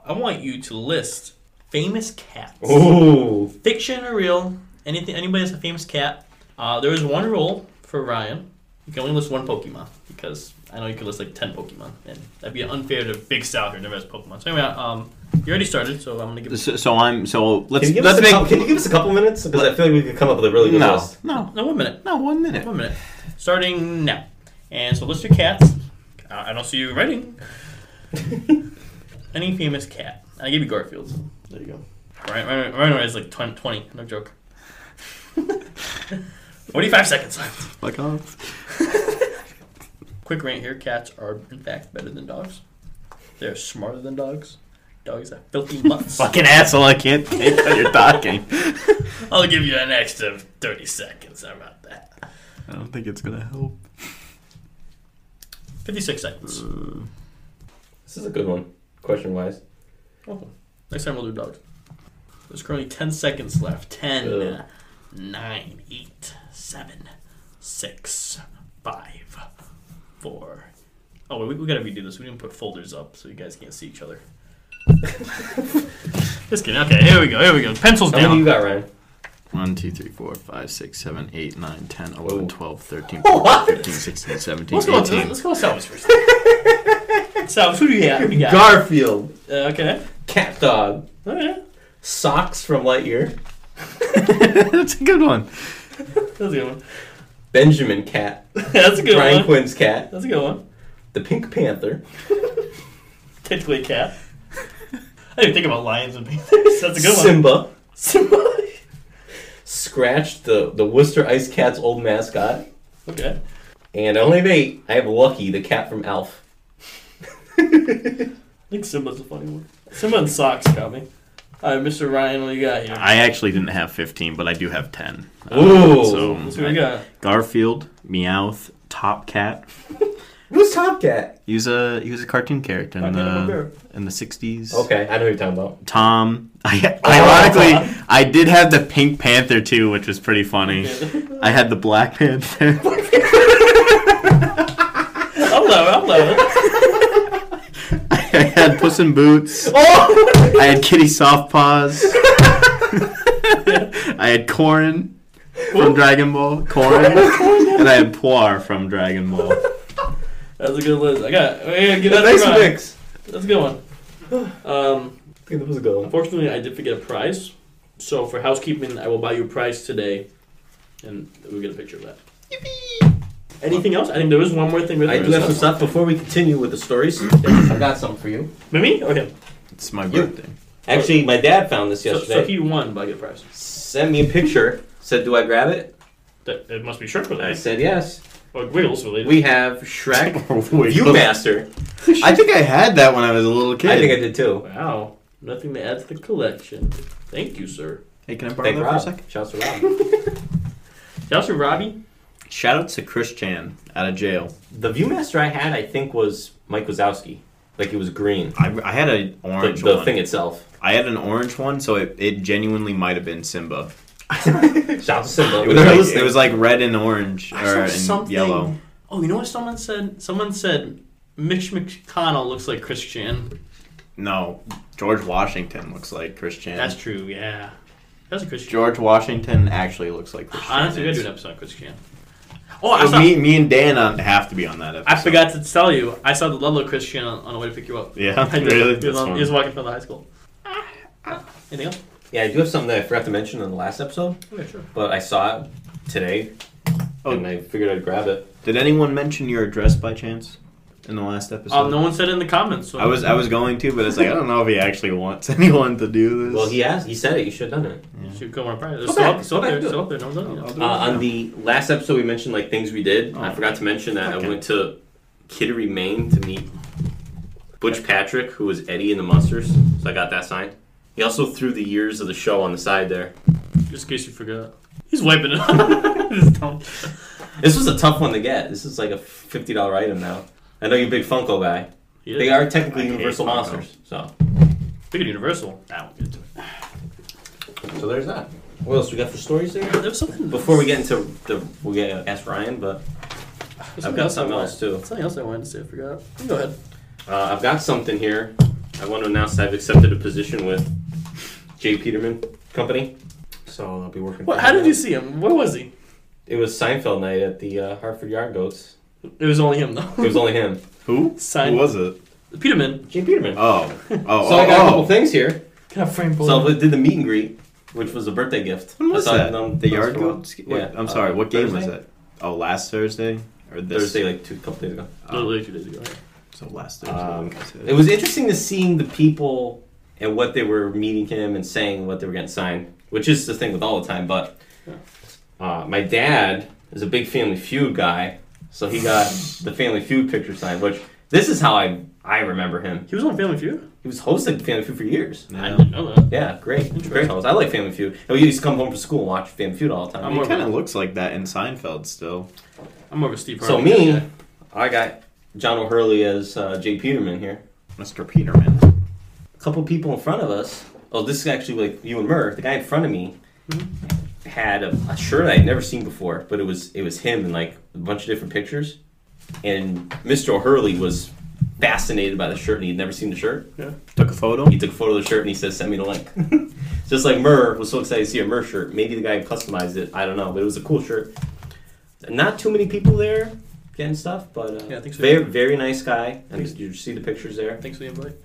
I want you to list famous cats. Ooh. Fiction or real? Anything? Anybody that's a famous cat? Uh, there is one rule for Ryan. You can only list one Pokemon because I know you could list like ten Pokemon, and that'd be unfair to Big Sal here who never has Pokemon. So anyway, um, you already started, so I'm gonna give. So, so I'm. So Can let's you, give us let's a make. couple, can you give us a couple minutes? Because I feel like we could come up with a really good no, list. no, No, one minute. no. One minute. One minute. Starting now. And so list your cats. Uh, I I don't see you writing. Any famous cat. I give you Garfield's. There you go. Right, right, right away is like 20, 20. No joke. 45 seconds left. Fuck off. Quick rant here. Cats are, in fact, better than dogs. They're smarter than dogs. Dogs are filthy mutts. Fucking asshole! I can't take what you're talking. I'll give you an extra 30 seconds. How about that? I don't think it's gonna help. 56 seconds. This is a good one, question wise. Awful. Oh, Next time we'll do dogs. There's currently 10 seconds left. 10, Ugh. 9, 8, 7, 6, 5, 4. Oh, wait, we, we gotta redo this. We didn't put folders up so you guys can't see each other. Just kidding. Okay, here we go. Here we go. Pencils How many down. you got, Ryan? One, two, three, four, five, six, seven, eight, nine, ten, Whoa. eleven, twelve, thirteen, fourteen, What? fifteen, sixteen, seventeen, let's, go, let's, eighteen. let's go with Salvage first. Salvage, who do you have? Who do you got? Garfield, Uh, okay. Cat Dog, All right. Socks from Lightyear, That's a good one. That's a good one. Benjamin Cat, That's a good Brian one. Quinn's Cat, That's a good one. the Pink Panther, Technically a cat. I didn't think about lions and panthers. That's a good one. Simba, Simba. Scratch, the, the Worcester Ice Cat's old mascot, okay. and I only have eight. I have Lucky, the cat from Alf. I think Simba's a funny one. Simba and socks got me. All right, Mr. Ryan, what do you got here? I actually didn't have fifteen, but I do have ten. Uh, Ooh. Let's see what we I- got. Garfield, Meowth, Top Cat. Who's Top Cat? He was a he was a cartoon character in Top Cat and Bear. the in the sixties. Okay, I know who you're talking about. Tom. I, ironically, I did have the Pink Panther too, which was pretty funny. I had the Black Panther. I'm loving it. I'm loving it. I had Puss in Boots. Oh! I had Kitty Soft Paws. I had Corrin from Dragon Ball. Corrin. and I had Poir from Dragon Ball. That's a good list. I got yeah, give that Nice to Ryan. mix. That's a good one. Um, I think that was a good one. unfortunately, I did forget a prize. So for housekeeping, I will buy you a prize today, and we'll get a picture of that. Anything else? I think there was one more thing. we I do have some stuff before we continue with the stories. I've got some for you. Mimi or him? It's my You- birthday. Actually, my dad found this So, so yesterday. he won by a prize. Sent me a picture. Said, "Do I grab it?" That, it must be Shrek I related said, "Yes." or Wiggles related. We have Shrek Wait, Viewmaster. I think I had that when I was a little kid. I think I did too. Wow. Nothing to add to the collection. Thank you, sir. hey, can I borrow Thank that for a Rob. second? Shouts to Rob. Shout out to Robbie. Shout out to Chris Chan out of jail. The Viewmaster I had, I think, was Mike Wazowski. Like it was green. I, I had an The, orange the one. thing itself. I had an orange one, so it, it genuinely might have been Simba. Shout out to Simba. We It don't was, know like, this it thing. was like red and orange or I saw and something. yellow. Oh, you know what someone said? Someone said Mitch McConnell looks like Chris Chan. No, George Washington looks like Chris Chan. That's true. Yeah, that's a Chris Chan. George Washington actually looks like Chris Chan. Honestly, we gotta do It's- an episode on Chris Chan. Oh, I saw. me, me and Dan on, have to be on that episode. I forgot to tell you. I saw the Ludlow Chris Chan on, on the way to pick you up. Yeah, I did. really? He was, That's on, funny. he was walking from the high school. Anything else? Yeah, I do have something that I forgot to mention in the last episode, Okay, sure. but I saw it today, Oh. and I figured I'd grab it. Did anyone mention your address by chance in the last episode? Um, no one said it in the comments. So I was I was going to, but it's like I don't know if he actually wants anyone to do this. Well, he asked. He said it. You should have done it. You should go on Friday. They're Go still back, up, still go up back there. to it. Still up there. No one's done it yet. I'll do Uh, on it now. the last episode, we mentioned like things we did. I Oh. forgot to mention that Okay. I went to Kittery, Maine, to meet Butch Patrick, who was Eddie in the Monsters. So I got that signed. He also threw the years of the show on the side there. Just in case you forgot. He's wiping it. This is dumb. This was a tough one to get. This is like a fifty dollar item now. I know you're a big Funko guy. He They is. are technically I hate Universal Funko. monsters, so Speaking of Universal, nah, we'll get to it. so there's that. What else we got for stories there? There was something Before we get into the, we gotta ask Ryan, but there's I've got I something wanted- else too. Something else I wanted to say. I forgot. You Go ahead. Uh, I've got something here. I want to announce that I've accepted a position with Jay Peterman Company. So I'll be working. What, for how them. did you see him? Where was he? It was Seinfeld night at the uh, Hartford Yard Goats. It was only him though. It was only him. who? Sign- Who was it? Peterman. Jay Peterman. Oh, oh, oh. so I got a couple oh. things here. Can I frame So I did the meet and greet, which was a birthday gift. When was I saw that? them- the those yard for a while. goats? What- Yeah, I'm uh, sorry. What game was Thursday? it? Oh, last Thursday or this Thursday, like two couple days ago. oh, Literally two days ago. so last Thursday. Um, like I said. It was interesting to seeing the people and what they were meeting him and saying what they were getting signed, which is the thing with all the time. But uh, my dad is a big Family Feud guy, so he got the Family Feud picture signed. Which this is how I I remember him. He was on Family Feud. He was hosted Family Feud for years. I Yeah. didn't know that. Yeah, great, great Interesting. host. I like Family Feud. And we used to come home from school and watch Family Feud all the time. I'm He kind of looks like that in Seinfeld still. I'm more of a Steve so Harvey guy. me, I got John O'Hurley as uh, Jay Peterman here. Mr. Peterman. a couple people in front of us. Oh, this is actually like you and Murr. The guy in front of me had a, a shirt I had never seen before, but it was it was him and like a bunch of different pictures. And Mr. O'Hurley was fascinated by the shirt, and he'd never seen the shirt. Took a photo. He took a photo of the shirt, and he says, "Send me the link." Just like Murr was so excited to see a Murr shirt. Maybe the guy customized it. I don't know, but it was a cool shirt. Not too many people there getting stuff, but uh, Yeah, I think so. very very nice guy. And did you see the pictures there? Thanks for the invite.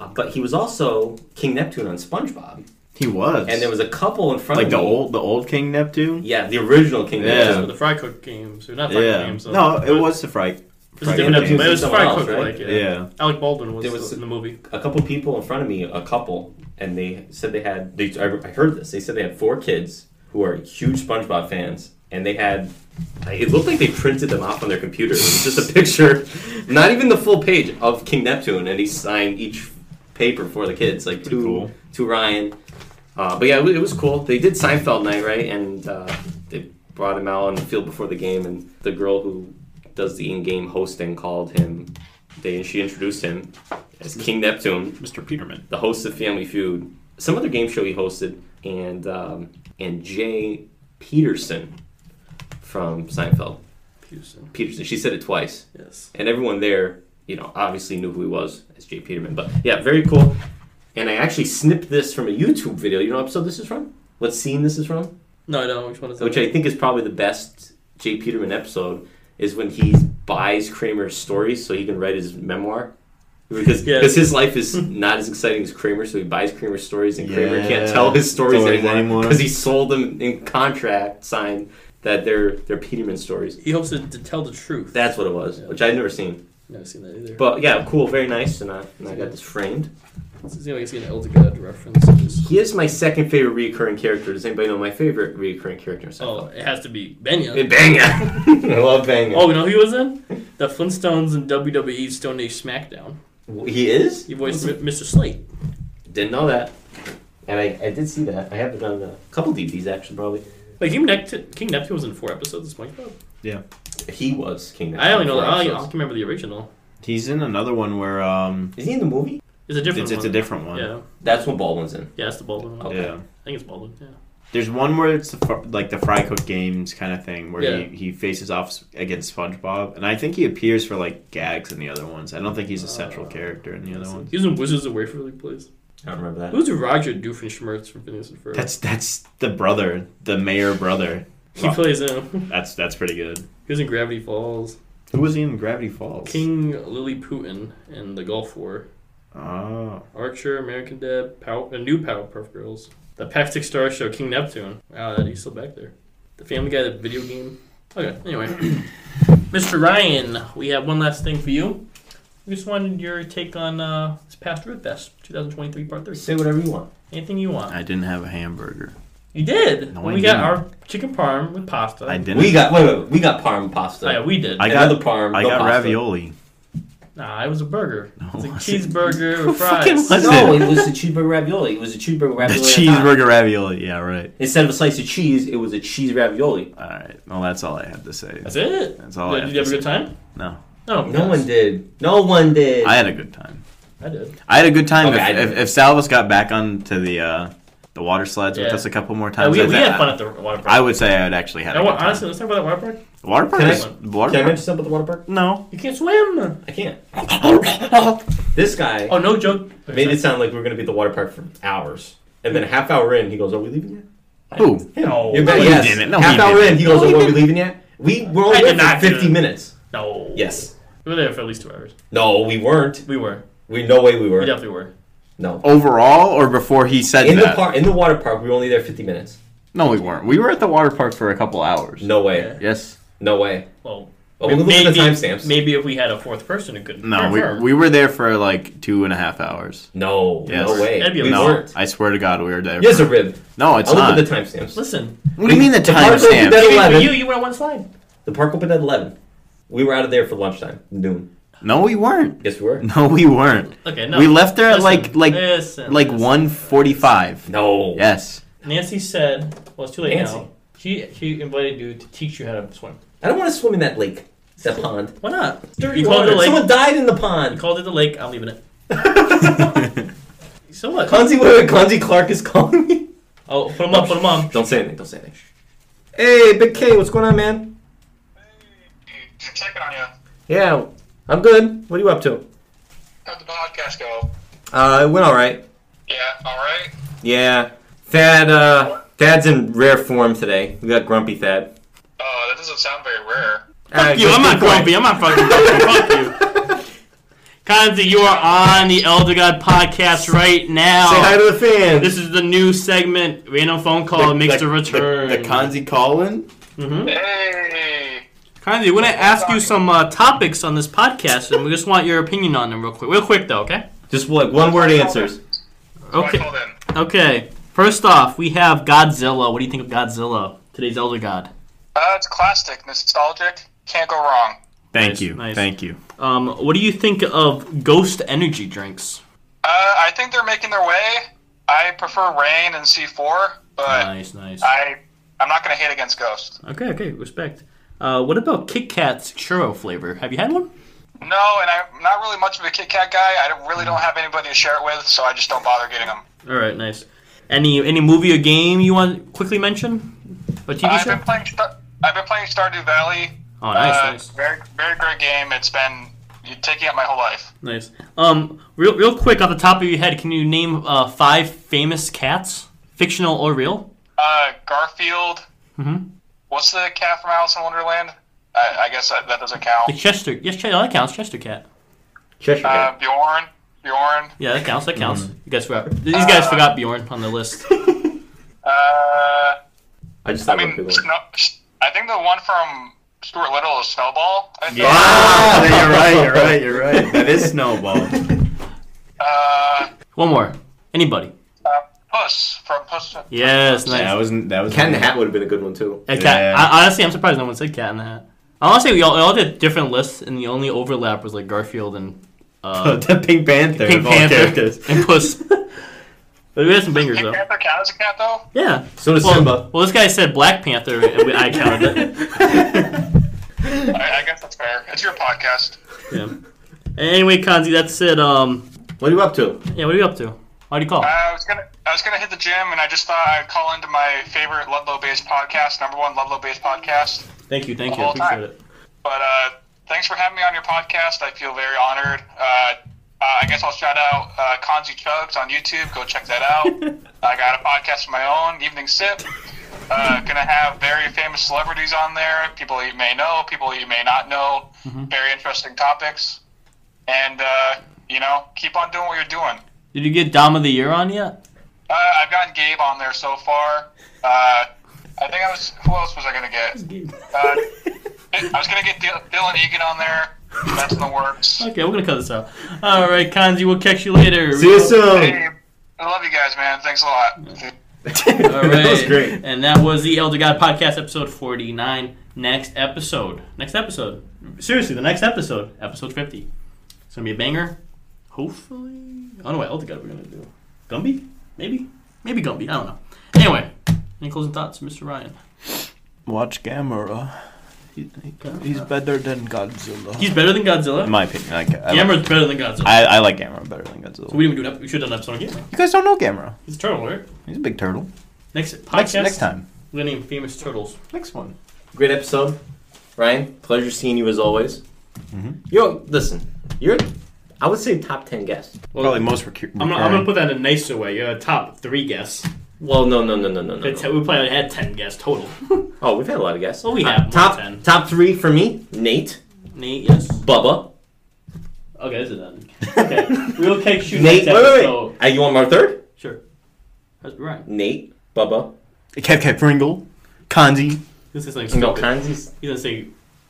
Uh, but he was also King Neptune on SpongeBob, He was. and there was a couple in front like of the me. old the old King Neptune. yeah, the original King Yeah. Those Neptune. were the Fry Cook games. Or not Fry Cook Yeah. games. though. No, But it was the fright. It was a different Cook episode, but it games. was Fry Someone Cook. else, Like, right? yeah. Yeah. Alec Baldwin was, There was- in the movie. A couple people in front of me, a couple, and they said they had. They, I, I heard this. They said they had four kids who are huge SpongeBob fans, and they had. It looked like they printed them off on their computer. It was just a picture, not even the full page of King Neptune, and he signed each paper for the kids, like Pretty two cool. to Ryan. Uh, but yeah, it was, it was cool. They did Seinfeld night, right? And uh, they brought him out on the field before the game, and the girl who does the in-game hosting called him. They she introduced him as King Neptune, Mr. Peterman. the host of Family Feud, some other game show he hosted, and um, and Jay Peterson from Seinfeld. Peterson. Peterson. She said it twice Yes. and everyone there, you know, obviously knew who he was as Jay Peterman. But yeah, very cool. And I actually snipped this from a YouTube video. You know what episode this is from? What scene this is from? No, I don't. Which one is Which that? I think is probably the best Jay Peterman episode is when he buys Kramer's stories so he can write his memoir. Because Yeah. because his life is not as exciting as Kramer, so he buys Kramer's stories, and Kramer can't Yeah. tell his stories Stories anymore anymore. because he sold them in contract signed that they're they're Peterman stories. He hopes to, to tell the truth. That's what it was, Yeah. which I'd never seen. Never seen that either. But yeah, cool, very nice, and I, and I got this framed. It's like I see an Elder God reference. Just- He is my second favorite recurring character. Does anybody know my favorite recurring character? Oh, So it has to be Benya. Banga! I love Banga. Oh, you know who he was in? The Flintstones and WWE Stone Age SmackDown. Oh, he is? He voiced M- Mr. Slate. Didn't know that. And I, I did see that. I have it on a couple DVDs actually, probably. Like King Neptune, King Neptune was in four episodes of SpongeBob. He was King. I only know. Neptune for I, I episodes. can remember the original. He's in another one where um, Is he in the movie? It's a different it's, it's one. a different one. Yeah, That's what Baldwin's in. yeah, it's the Baldwin one. Okay. Yeah. I think it's Baldwin. Yeah. There's one where it's the, fr- like the Fry Cook Games kind of thing where Yeah. he, he faces off s- against SpongeBob, and I think he appears for like gags in the other ones. I don't think he's a central Uh, character in the other ones. He was in Wizards of Waverly Place. I don't remember that. Who's Roger Doofenshmirtz from Phineas and Ferb? That's that's the brother, the mayor brother. he plays him. That's that's pretty good. He was in Gravity Falls. Who was he in Gravity Falls? King Lily Putin in the Gulf War. Oh, Archer, American Dad, Power, the new Powerpuff Girls. The Pacific Star Show, King Neptune. Wow, that he's still back there. The Family Guy, the video game. Okay, anyway. Mr. Ryan, we have one last thing for you. We just wanted your take on uh, this past Root Fest 2023 Part 3. Say whatever you want. Anything you want. I didn't have a hamburger. You did. No, I when we got didn't. our chicken parm with pasta. I didn't. We got wait, wait, wait, we got parm pasta. Oh, yeah, we did. I got- Another parm. I no got pasta. ravioli. nah, it was a burger. No, it was a it wasn't. cheeseburger with Fucking fries. was No, it was the cheeseburger ravioli. It was a cheeseburger The ravioli. at a time. cheeseburger ravioli. Yeah, right. Instead of a slice of cheese, it was a cheese ravioli. All right. Well, that's all I had to say. That's it. That's all I did have you have to a good say. time? No, No, No one did. No one did. I had a good time. I did. I had a good time. Okay, I if, didn't. if, if Salvis got back onto the uh, the water slides with Yeah. us a couple more Uh, times, we, I, we think- had fun at the water park. I would say I would actually had I a want, good time. honestly, let's talk about that water park. The water park Can I- is water Can I park. mention something at the water park? no, You can't swim. I can't. this guy Oh, no joke. made it sound like we were gonna be at the water park for hours, and then a half hour in, he goes, "Are we leaving yet?" who? No. You bet he yes. didn't. No, half he hour didn't. in, he goes, No, he "Are we didn't. leaving yet?" We were I only did there not for do fifty it. minutes. No. Yes. We were there for at least two hours. No, we weren't. We were. We no way we We were. definitely were. No. Overall, or before he said In the that? park, in the water park, we were only there fifty minutes. No, we weren't. We were at the water park for a couple hours. No way. Yeah. Yes. No way. Well, Oh, we look at the timestamps. maybe if we had a fourth person, it could. No, we, confirm. we were there for like two and a half hours. No. Yes. No way. That'd be We a no, weren't. I swear to God, we were there. Yes, a rib. no, it's I'll not. look at the timestamps. Listen, what do you mean the The park opened at timestamp? even for 11. you, you went on one slide. The park opened at 11. We were out of there for lunchtime, noon. No, we weren't. Yes, we were. No, we weren't. Okay, no. we left there at Listen, like like listen, like listen. one forty five. No. Yes. Nancy said, "Well, it's too late Nancy. now." She she invited you to teach you how to swim. I don't want to swim in that lake, that pond. Why not? Dirty you called it water. the lake. Someone died in the You pond. called it the lake. I'm leaving it. So what? Clumsy, wait, wait, Clumsy Clark is calling me. Oh, put them up. Put them up. Don't say anything. Don't say anything. Hey, Big K, what's going on, man? Checking on you. Yeah, I'm good. What are you up to? How'd the podcast go? Uh, it went all right. Yeah, all right. Yeah, Thad. Uh, Thad's in rare form today. We got grumpy Thad. Uh, that doesn't sound very rare. Fuck you. I'm not grumpy. I'm not fucking grumpy. Fuck you. Kanzi, you are on the Elder God podcast right now. Say hi to the fans. Oh. this is the new segment. Random phone call makes a return. The, Kanzi Colin. Mhm. Hey, Kanzi, we're gonna ask you some uh, topics on this podcast, and we just want your opinion on them real quick. Real quick, though, okay? Just like one word answers. Who I Okay. called in. Okay. First off, we have Godzilla. What do you think of Godzilla? Today's Elder God. Uh, it's classic, nostalgic, can't go wrong. Thank Nice, you. nice. Thank you. Um, what do you think of Ghost Energy drinks? Uh, I think they're making their way. I prefer Rain and C4, but Nice, nice. I I'm not gonna hate against Ghost. Okay, okay, respect. Uh, what about Kit Kat's churro flavor? Have you had one? No, and I'm not really much of a Kit Kat guy. I don't, really don't have anybody to share it with, so I just don't bother getting them. All right, nice. Any any movie or game you want to quickly mention? Or TV I've show? been playing. Star- I've been playing Stardew Valley. Oh, nice, Uh, nice, Very very great game. It's been taking up my whole life. nice. Um, real real quick, off the top of your head, can you name uh, five famous cats, fictional or real? Uh, Garfield. Mhm. What's the cat from Alice in Wonderland? I, I guess that, that doesn't Like count. Chester. Yes, Chester. That counts. Chester Cat. Cheshire. Uh, Bjorn. Bjorn. Yeah, that Mm-hmm. counts. That counts. You guys forgot. These guys forgot Bjorn on the list. Uh, I just I thought mean, people. Snow, I think the one from Stuart Little is Snowball. I think. Ah, you're right. You're right. You're right. That is Snowball. Uh, One more. Anybody? uh, Puss from Puss. Yes, nice. that wasn't. That was. Cat in the Hat would have been a good one too. A cat. Yeah. I, honestly, I'm surprised no one said Cat in the Hat. Honestly, we all, we all did different lists, and the only overlap was like Garfield and uh, the Pink Panther. Pink of all Panther characters. and Puss. But we had some bangers Pink though. Panther count as a cat though? Yeah. So does Well, Simba. well, this guy said Black Panther, and we, I counted it. I, I guess that's fair. It's your podcast. Yeah. Anyway, Kanzi, that's it. Um, What are you up to? yeah, what are you up to? Why do you call? I was gonna I was gonna hit the gym and I just thought I'd call into my favorite Ludlow based podcast, number one Ludlow based podcast. Thank you, thank you. all I appreciate time. it. But uh, thanks for having me on your podcast. I feel very honored. Uh, uh, I guess I'll shout out uh, Kanzi Chugs on YouTube. Go check that out. I got a podcast of my own, Evening Sip. Uh, gonna have very famous celebrities on there, people you may know, people you may not know. Very interesting topics. And, uh, you know, keep on doing what you're doing. Did you get Dom of the Year on yet? Uh, I've gotten Gabe on there so far. Uh, I think I was. Who else was I gonna get? Uh, I was gonna get Dil- Dylan Egan on there. That's in the works. Okay, we're gonna cut this out. All right, Kanzi, we'll catch you later. See you Hey, soon. I love you guys, man. Thanks a lot. All right. That was great. And that was the Elder God Podcast, episode 49. Next episode. Next episode. Seriously, the next episode. Episode 50. It's going to be a banger. Hopefully. I don't know what Elder God we're going to do. Gumby? Maybe? Maybe Gumby. I don't know. Anyway, any closing thoughts, Mr. Ryan? Watch Gamera. He- he- he's better than Godzilla. He's better than Godzilla. in my opinion, I, ca- I like, Gamera's better than Godzilla. I, I like Gamera better than Godzilla. we didn't even do an ep- We should have done an episode on Gamera. you guys don't know Gamera. He's a turtle, right? He's a big turtle. Next Next, podcast, next time. we're going to name famous turtles. Next one. Great episode, Ryan. Pleasure seeing you as always. Mm-hmm. Yo, listen, you're, I would say top ten guest. Well, Probably most recur- I'm gonna, I'm gonna recurring. put that in a nicer way. You're a top three guess. Well, no, no, no, no, no, no. That's no. how- We probably had ten guests total. Oh, we've had a lot of guests. Well, we Uh, have more top than 10. top three for me: Nate, Nate, yes. Bubba, Okay, this is done. Okay, we'll catch you Nate. next Wait, wait, episode. wait. Uh, you want my third? Sure. That's right. Nate, Bubba. Cat Cat Pringle. Kanzi. This is like No, stupid. Kanzi's He's gonna say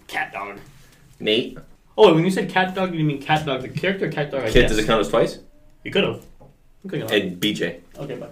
cat dog. Nate. Oh, when you said cat dog, you mean cat dog the character, or cat dog. I Kid guess? does it count as twice? You could have. Okay, And BJ. okay, bye.